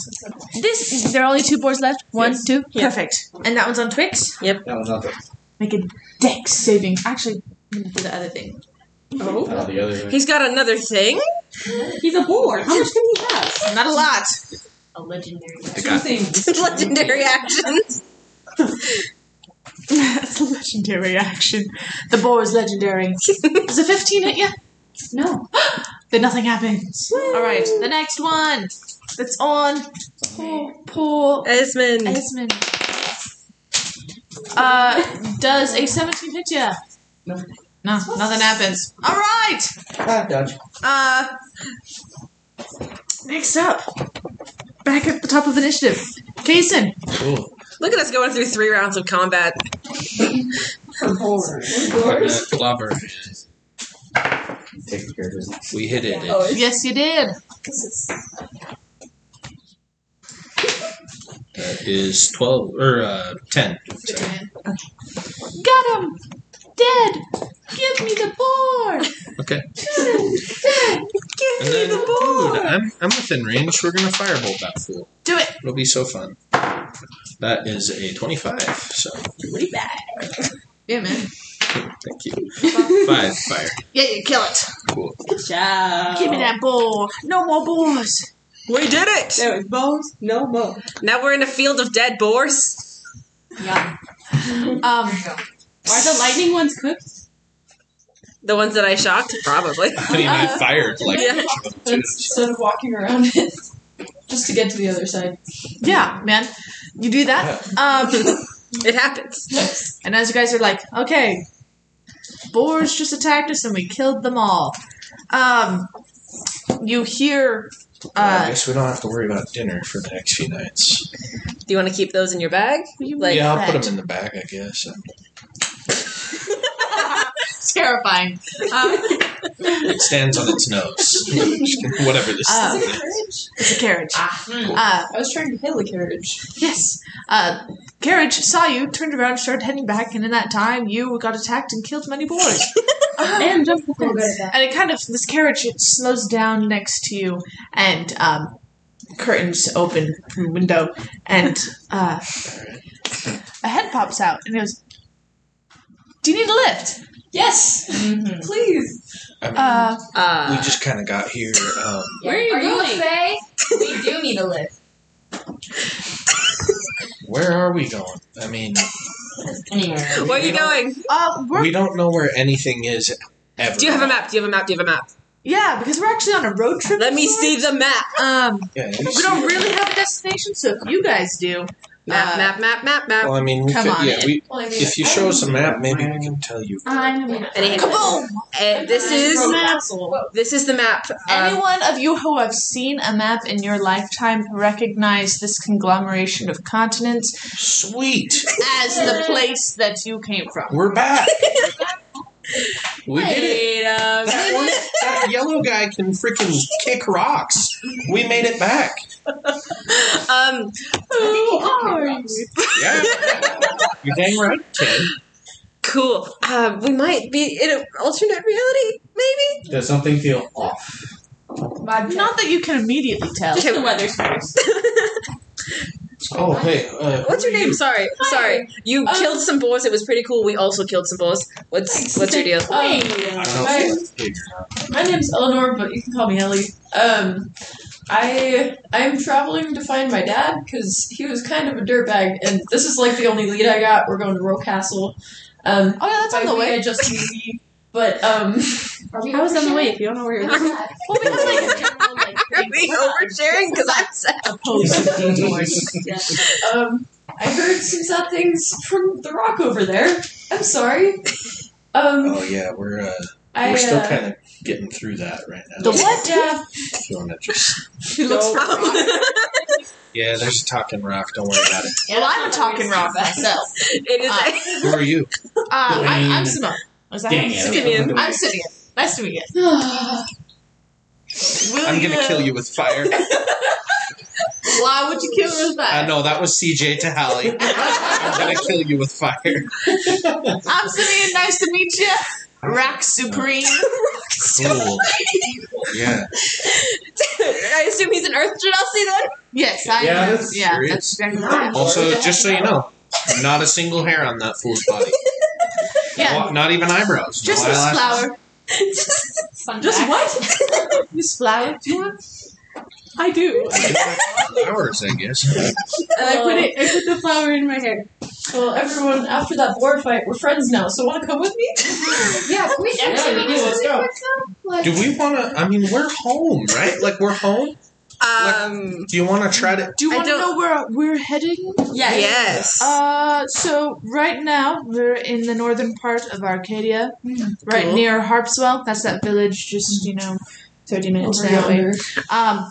[SPEAKER 1] This there are only two boars left. One,
[SPEAKER 2] Yes.
[SPEAKER 1] two,
[SPEAKER 2] Yeah.
[SPEAKER 1] perfect. And that one's on Twix.
[SPEAKER 6] That was not the,
[SPEAKER 1] Make a deck saving. Actually, I'm gonna do the other thing.
[SPEAKER 3] oh,
[SPEAKER 6] uh, the other way.
[SPEAKER 2] He's got another thing.
[SPEAKER 3] he's a boar. How much can he have?
[SPEAKER 1] Not a lot.
[SPEAKER 7] A legendary.
[SPEAKER 3] Two things.
[SPEAKER 2] Legendary actions.
[SPEAKER 1] That's a legendary action. The boar is legendary. Is a 15 hit you?
[SPEAKER 5] No.
[SPEAKER 1] Then nothing happens. All right, the next one. That's on poor, poor
[SPEAKER 2] Esmond.
[SPEAKER 1] Esmond. Uh, does a 17 hit you?
[SPEAKER 6] No.
[SPEAKER 1] No, nothing happens. All right.
[SPEAKER 6] Ah, dodge.
[SPEAKER 2] Uh,
[SPEAKER 1] Next up, back at the top of initiative, Kason.
[SPEAKER 4] Cool.
[SPEAKER 2] look at us going through three rounds of combat.
[SPEAKER 4] Coconut Blubber.
[SPEAKER 6] Take care of business.
[SPEAKER 4] We hit it.
[SPEAKER 1] Yes, you did.
[SPEAKER 4] That uh, is 12, or uh, 10. Sorry.
[SPEAKER 1] Got him. Dead. Give me the board.
[SPEAKER 4] Okay.
[SPEAKER 2] Give
[SPEAKER 4] And
[SPEAKER 2] me
[SPEAKER 4] then,
[SPEAKER 2] the boar.
[SPEAKER 4] dude, I'm, I'm within range. We're going to firebolt that fool.
[SPEAKER 1] Do it.
[SPEAKER 4] It'll be so fun. That is a 25, so
[SPEAKER 1] Yeah, man.
[SPEAKER 4] thank you. Five fire.
[SPEAKER 1] Yeah, you kill it.
[SPEAKER 4] Cool.
[SPEAKER 3] Good job.
[SPEAKER 1] Give me that board. No more boars.
[SPEAKER 2] We did it.
[SPEAKER 3] There was bones, no bones.
[SPEAKER 2] Now we're in a field of dead boars.
[SPEAKER 7] Yeah.
[SPEAKER 1] Um,
[SPEAKER 3] Are the lightning ones cooked?
[SPEAKER 2] The ones that I shocked, probably.
[SPEAKER 4] I mean, I fired like
[SPEAKER 2] Yeah.
[SPEAKER 8] Instead of walking around it, just to get to the other side.
[SPEAKER 1] yeah, man. You do that. Um,
[SPEAKER 2] It happens.
[SPEAKER 1] and as you guys are like, okay, boars just attacked us and we killed them all. Um, you hear.
[SPEAKER 4] I
[SPEAKER 1] Uh,
[SPEAKER 4] guess we don't have to worry about dinner for the next few nights.
[SPEAKER 2] Do you want to keep those in your bag? Like,
[SPEAKER 4] yeah, I'll put
[SPEAKER 1] that.
[SPEAKER 4] them in the bag, I guess.
[SPEAKER 1] it's terrifying. Um,
[SPEAKER 4] It stands on its nose. Whatever this
[SPEAKER 1] Uh,
[SPEAKER 4] thing is.
[SPEAKER 1] it's a carriage.
[SPEAKER 2] Ah.
[SPEAKER 1] Uh,
[SPEAKER 8] I was trying to hail the carriage.
[SPEAKER 1] Yes. Uh, carriage saw you, turned around, started heading back, and in that time, you got attacked and killed many boars.
[SPEAKER 5] And jump the fence.
[SPEAKER 1] and it kind of this carriage it slows down next to you, and um, curtains open from the window, and uh, a head pops out, and it goes, "Do you need a lift?"
[SPEAKER 8] Yes,
[SPEAKER 7] Mm-hmm.
[SPEAKER 8] please.
[SPEAKER 4] I mean,
[SPEAKER 1] Uh,
[SPEAKER 4] we
[SPEAKER 2] uh,
[SPEAKER 4] just kind of got here. Um,
[SPEAKER 3] Where are you
[SPEAKER 7] Are
[SPEAKER 3] going?
[SPEAKER 7] you okay? we do need a lift.
[SPEAKER 4] where are we going? I mean,
[SPEAKER 7] Anyway.
[SPEAKER 2] where are you going?
[SPEAKER 1] uh, we're
[SPEAKER 4] we don't know where anything is ever.
[SPEAKER 2] Do you have a map? Do you have a map? Do you have a map?
[SPEAKER 1] yeah, because we're actually on a road trip.
[SPEAKER 2] Let me
[SPEAKER 1] sorta.
[SPEAKER 2] see the map.
[SPEAKER 1] Um,
[SPEAKER 4] Yeah, you
[SPEAKER 1] we
[SPEAKER 4] see-
[SPEAKER 1] don't really have a destination, so if you guys do,
[SPEAKER 2] Map,
[SPEAKER 1] Uh,
[SPEAKER 2] map, map, map, map.
[SPEAKER 4] well, I mean, we
[SPEAKER 1] Come
[SPEAKER 4] could,
[SPEAKER 1] on Uh,
[SPEAKER 4] yeah,
[SPEAKER 1] in.
[SPEAKER 4] we,
[SPEAKER 8] Well, I mean,
[SPEAKER 4] if you show us a map, maybe we can tell you.
[SPEAKER 2] Anything.
[SPEAKER 1] kaboom!
[SPEAKER 2] And Uh, this is this is the map. Um,
[SPEAKER 1] Anyone of you who have seen a map in your lifetime recognize this conglomeration of continents
[SPEAKER 4] Sweet,
[SPEAKER 1] as the place that you came from.
[SPEAKER 4] we're back. we did it.
[SPEAKER 2] um,
[SPEAKER 4] That, one, that yellow guy can freaking kick rocks. We made it back.
[SPEAKER 2] Um,
[SPEAKER 1] Who are you?
[SPEAKER 4] Yeah. You're dang right, kid.
[SPEAKER 2] cool. Uh, we might be in an alternate reality, maybe.
[SPEAKER 6] Does something feel off?
[SPEAKER 1] Not that you can immediately tell.
[SPEAKER 2] Okay, weather's first.
[SPEAKER 4] Oh, hey. Uh,
[SPEAKER 2] what's your name? Sorry,
[SPEAKER 8] Hi.
[SPEAKER 2] sorry. You
[SPEAKER 8] Um,
[SPEAKER 2] killed some boars. It was pretty cool. We also killed some boars. What's what's your deal?
[SPEAKER 8] Um,
[SPEAKER 4] I
[SPEAKER 8] my,
[SPEAKER 4] don't know.
[SPEAKER 8] my name's Eleanor, but you can call me Ellie. Um, I I'm traveling to find my dad because he was kind of a dirtbag, and this is like the only lead I got. We're going to Roe Castle. Um,
[SPEAKER 1] Oh yeah, that's
[SPEAKER 8] by
[SPEAKER 1] on the
[SPEAKER 8] we,
[SPEAKER 1] way.
[SPEAKER 8] I just mean we, but um,
[SPEAKER 5] Are we
[SPEAKER 1] How is that on the
[SPEAKER 5] oversharing?
[SPEAKER 1] way if you don't know where you're going?
[SPEAKER 8] well, we have like general, like,
[SPEAKER 2] Are we oversharing? Because I'm sad.
[SPEAKER 8] opposed. Um, I heard some sad things from the rock over there. I'm sorry. Um,
[SPEAKER 4] Oh, yeah. We're, uh,
[SPEAKER 8] I
[SPEAKER 4] we're still
[SPEAKER 8] uh,
[SPEAKER 4] kind of getting through that right now.
[SPEAKER 1] The what?
[SPEAKER 8] yeah,
[SPEAKER 4] If you wanna just-
[SPEAKER 2] She looks rough.
[SPEAKER 4] Yeah, there's a talking rock. Don't worry about it.
[SPEAKER 1] Well, I'm a talking rock myself.
[SPEAKER 2] It is.
[SPEAKER 1] Uh,
[SPEAKER 4] Who are you?
[SPEAKER 1] Uh, I'm, I'm Simone. Is that
[SPEAKER 6] Dang
[SPEAKER 1] how-
[SPEAKER 6] it.
[SPEAKER 2] Simeon.
[SPEAKER 1] I'm Simeon. Nice to meet you. Will
[SPEAKER 4] I'm going to
[SPEAKER 1] you-
[SPEAKER 4] kill you with fire.
[SPEAKER 1] Why would you kill her with
[SPEAKER 4] I
[SPEAKER 1] that?
[SPEAKER 4] know that was CJ to Hallie. I'm going to kill you with fire.
[SPEAKER 1] I'm Simeon. Nice to meet you. Rock Supreme.
[SPEAKER 4] Cool. Yeah.
[SPEAKER 2] I assume he's an Earth Genasi then.
[SPEAKER 1] Yes, I
[SPEAKER 6] Yeah,
[SPEAKER 1] am.
[SPEAKER 6] that's
[SPEAKER 1] yeah,
[SPEAKER 4] serious.
[SPEAKER 1] that's exactly what I am.
[SPEAKER 4] Also, just so you know, not a single hair on that fool's body.
[SPEAKER 1] Yeah,
[SPEAKER 4] Wa- Not even eyebrows.
[SPEAKER 1] just
[SPEAKER 4] no
[SPEAKER 1] this
[SPEAKER 4] eyelashes.
[SPEAKER 1] flower.
[SPEAKER 7] Fun
[SPEAKER 8] just
[SPEAKER 7] fact.
[SPEAKER 8] what?
[SPEAKER 1] This flower. Do you want? I do.
[SPEAKER 4] Flowers, I guess.
[SPEAKER 3] And I put it. I put the flower in my hair.
[SPEAKER 8] Oh. Well, everyone, after that board fight, we're friends now. So want to come with me?
[SPEAKER 5] Yeah, can we
[SPEAKER 8] Yeah,
[SPEAKER 5] actually
[SPEAKER 8] we do, let's go.
[SPEAKER 5] Like,
[SPEAKER 4] Do we want to? I mean, we're home, right? Like we're home.
[SPEAKER 2] Um.
[SPEAKER 4] Do you want to try to?
[SPEAKER 1] Do you
[SPEAKER 2] I
[SPEAKER 1] want to
[SPEAKER 2] don't-
[SPEAKER 1] know where we're heading?
[SPEAKER 8] Yeah.
[SPEAKER 2] Yes. Oh,
[SPEAKER 1] Uh, so right now we're in the northern part of Arcadia, right
[SPEAKER 2] Cool.
[SPEAKER 1] near Harpswell. That's that village, just you know, thirty minutes
[SPEAKER 8] Over
[SPEAKER 1] that way.
[SPEAKER 8] yonder.
[SPEAKER 1] Um,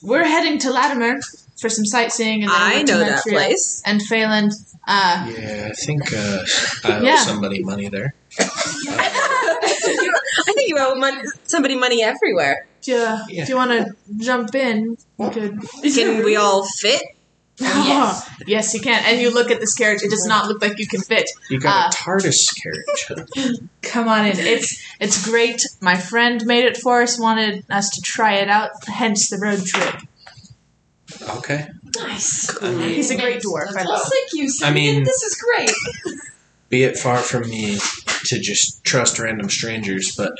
[SPEAKER 1] we're heading to Latimer for some sightseeing, and then
[SPEAKER 2] I
[SPEAKER 1] over to
[SPEAKER 2] know that
[SPEAKER 1] Montreal.
[SPEAKER 2] place.
[SPEAKER 1] And Phelan, uh,
[SPEAKER 4] Yeah, I think uh, I owe
[SPEAKER 1] Yeah.
[SPEAKER 4] somebody money there.
[SPEAKER 2] I think you owe mon- somebody money everywhere.
[SPEAKER 1] do you,
[SPEAKER 4] Yeah.
[SPEAKER 1] do you want to jump in? You could.
[SPEAKER 2] Can we all fit?
[SPEAKER 1] Yes. you can. And you look at this carriage; it does not look like you can fit.
[SPEAKER 4] You got
[SPEAKER 1] Ah.
[SPEAKER 4] a TARDIS carriage. huh?
[SPEAKER 1] Come on in. It's it's great. My friend made it for us. Wanted us to try it out. Hence the road trip.
[SPEAKER 4] Okay.
[SPEAKER 8] Nice.
[SPEAKER 4] I mean,
[SPEAKER 1] He's a great dwarf. I
[SPEAKER 8] Well,
[SPEAKER 1] love.
[SPEAKER 8] thank you, Simeon.
[SPEAKER 4] mean-
[SPEAKER 8] this is great.
[SPEAKER 4] be it far from me to just trust random strangers, but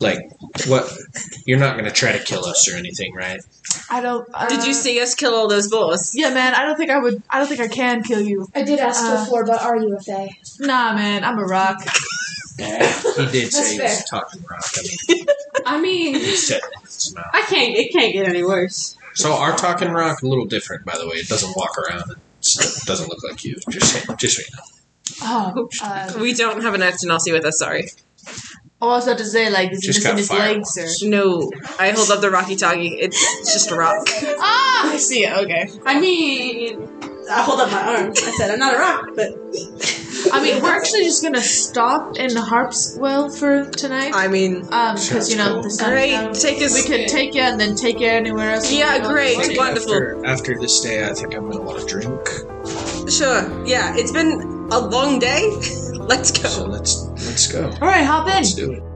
[SPEAKER 4] like, what? You're not going to try to kill us or anything, right?
[SPEAKER 1] I don't. Uh,
[SPEAKER 2] Did you see us kill all those boars?
[SPEAKER 1] Yeah, man. I don't think I would. I don't think I can kill you.
[SPEAKER 5] I did ask
[SPEAKER 1] Uh,
[SPEAKER 5] before, but are you a fae?
[SPEAKER 1] Nah, man. I'm a rock.
[SPEAKER 4] He did say he
[SPEAKER 5] That's
[SPEAKER 4] was talking rock. I mean,
[SPEAKER 3] I mean,
[SPEAKER 4] he said that with his mouth.
[SPEAKER 3] I can't. It can't get any worse.
[SPEAKER 4] So our talking rock a little different, by the way. It doesn't walk around. It doesn't look like you. Just saying, just saying.
[SPEAKER 1] Oh, uh, oh,
[SPEAKER 2] We don't have an Earth Genasi with us. Sorry.
[SPEAKER 1] I was about to say like is he
[SPEAKER 4] Just
[SPEAKER 1] missing
[SPEAKER 4] got
[SPEAKER 1] his
[SPEAKER 4] fired.
[SPEAKER 1] legs or.
[SPEAKER 2] No, I hold up the Rocky Toggy. It's just a rock.
[SPEAKER 1] Ah, I see. it. Okay.
[SPEAKER 3] I mean, I hold up my arms. I said I'm not a rock, but
[SPEAKER 1] I mean, we're actually just gonna stop in Harpswell for tonight.
[SPEAKER 2] I mean,
[SPEAKER 1] Um, because you know
[SPEAKER 4] Sounds cool.
[SPEAKER 1] the sun.
[SPEAKER 2] great. Take us.
[SPEAKER 1] We could take you and then take you anywhere else. we
[SPEAKER 2] Yeah,
[SPEAKER 1] want.
[SPEAKER 2] great.
[SPEAKER 4] Like,
[SPEAKER 2] wonderful.
[SPEAKER 4] After, after this day, I think I'm gonna want to drink.
[SPEAKER 2] Sure. Yeah, it's been a long day. Let's go.
[SPEAKER 4] So let's let's go.
[SPEAKER 1] All right, hop in.
[SPEAKER 4] Let's do it.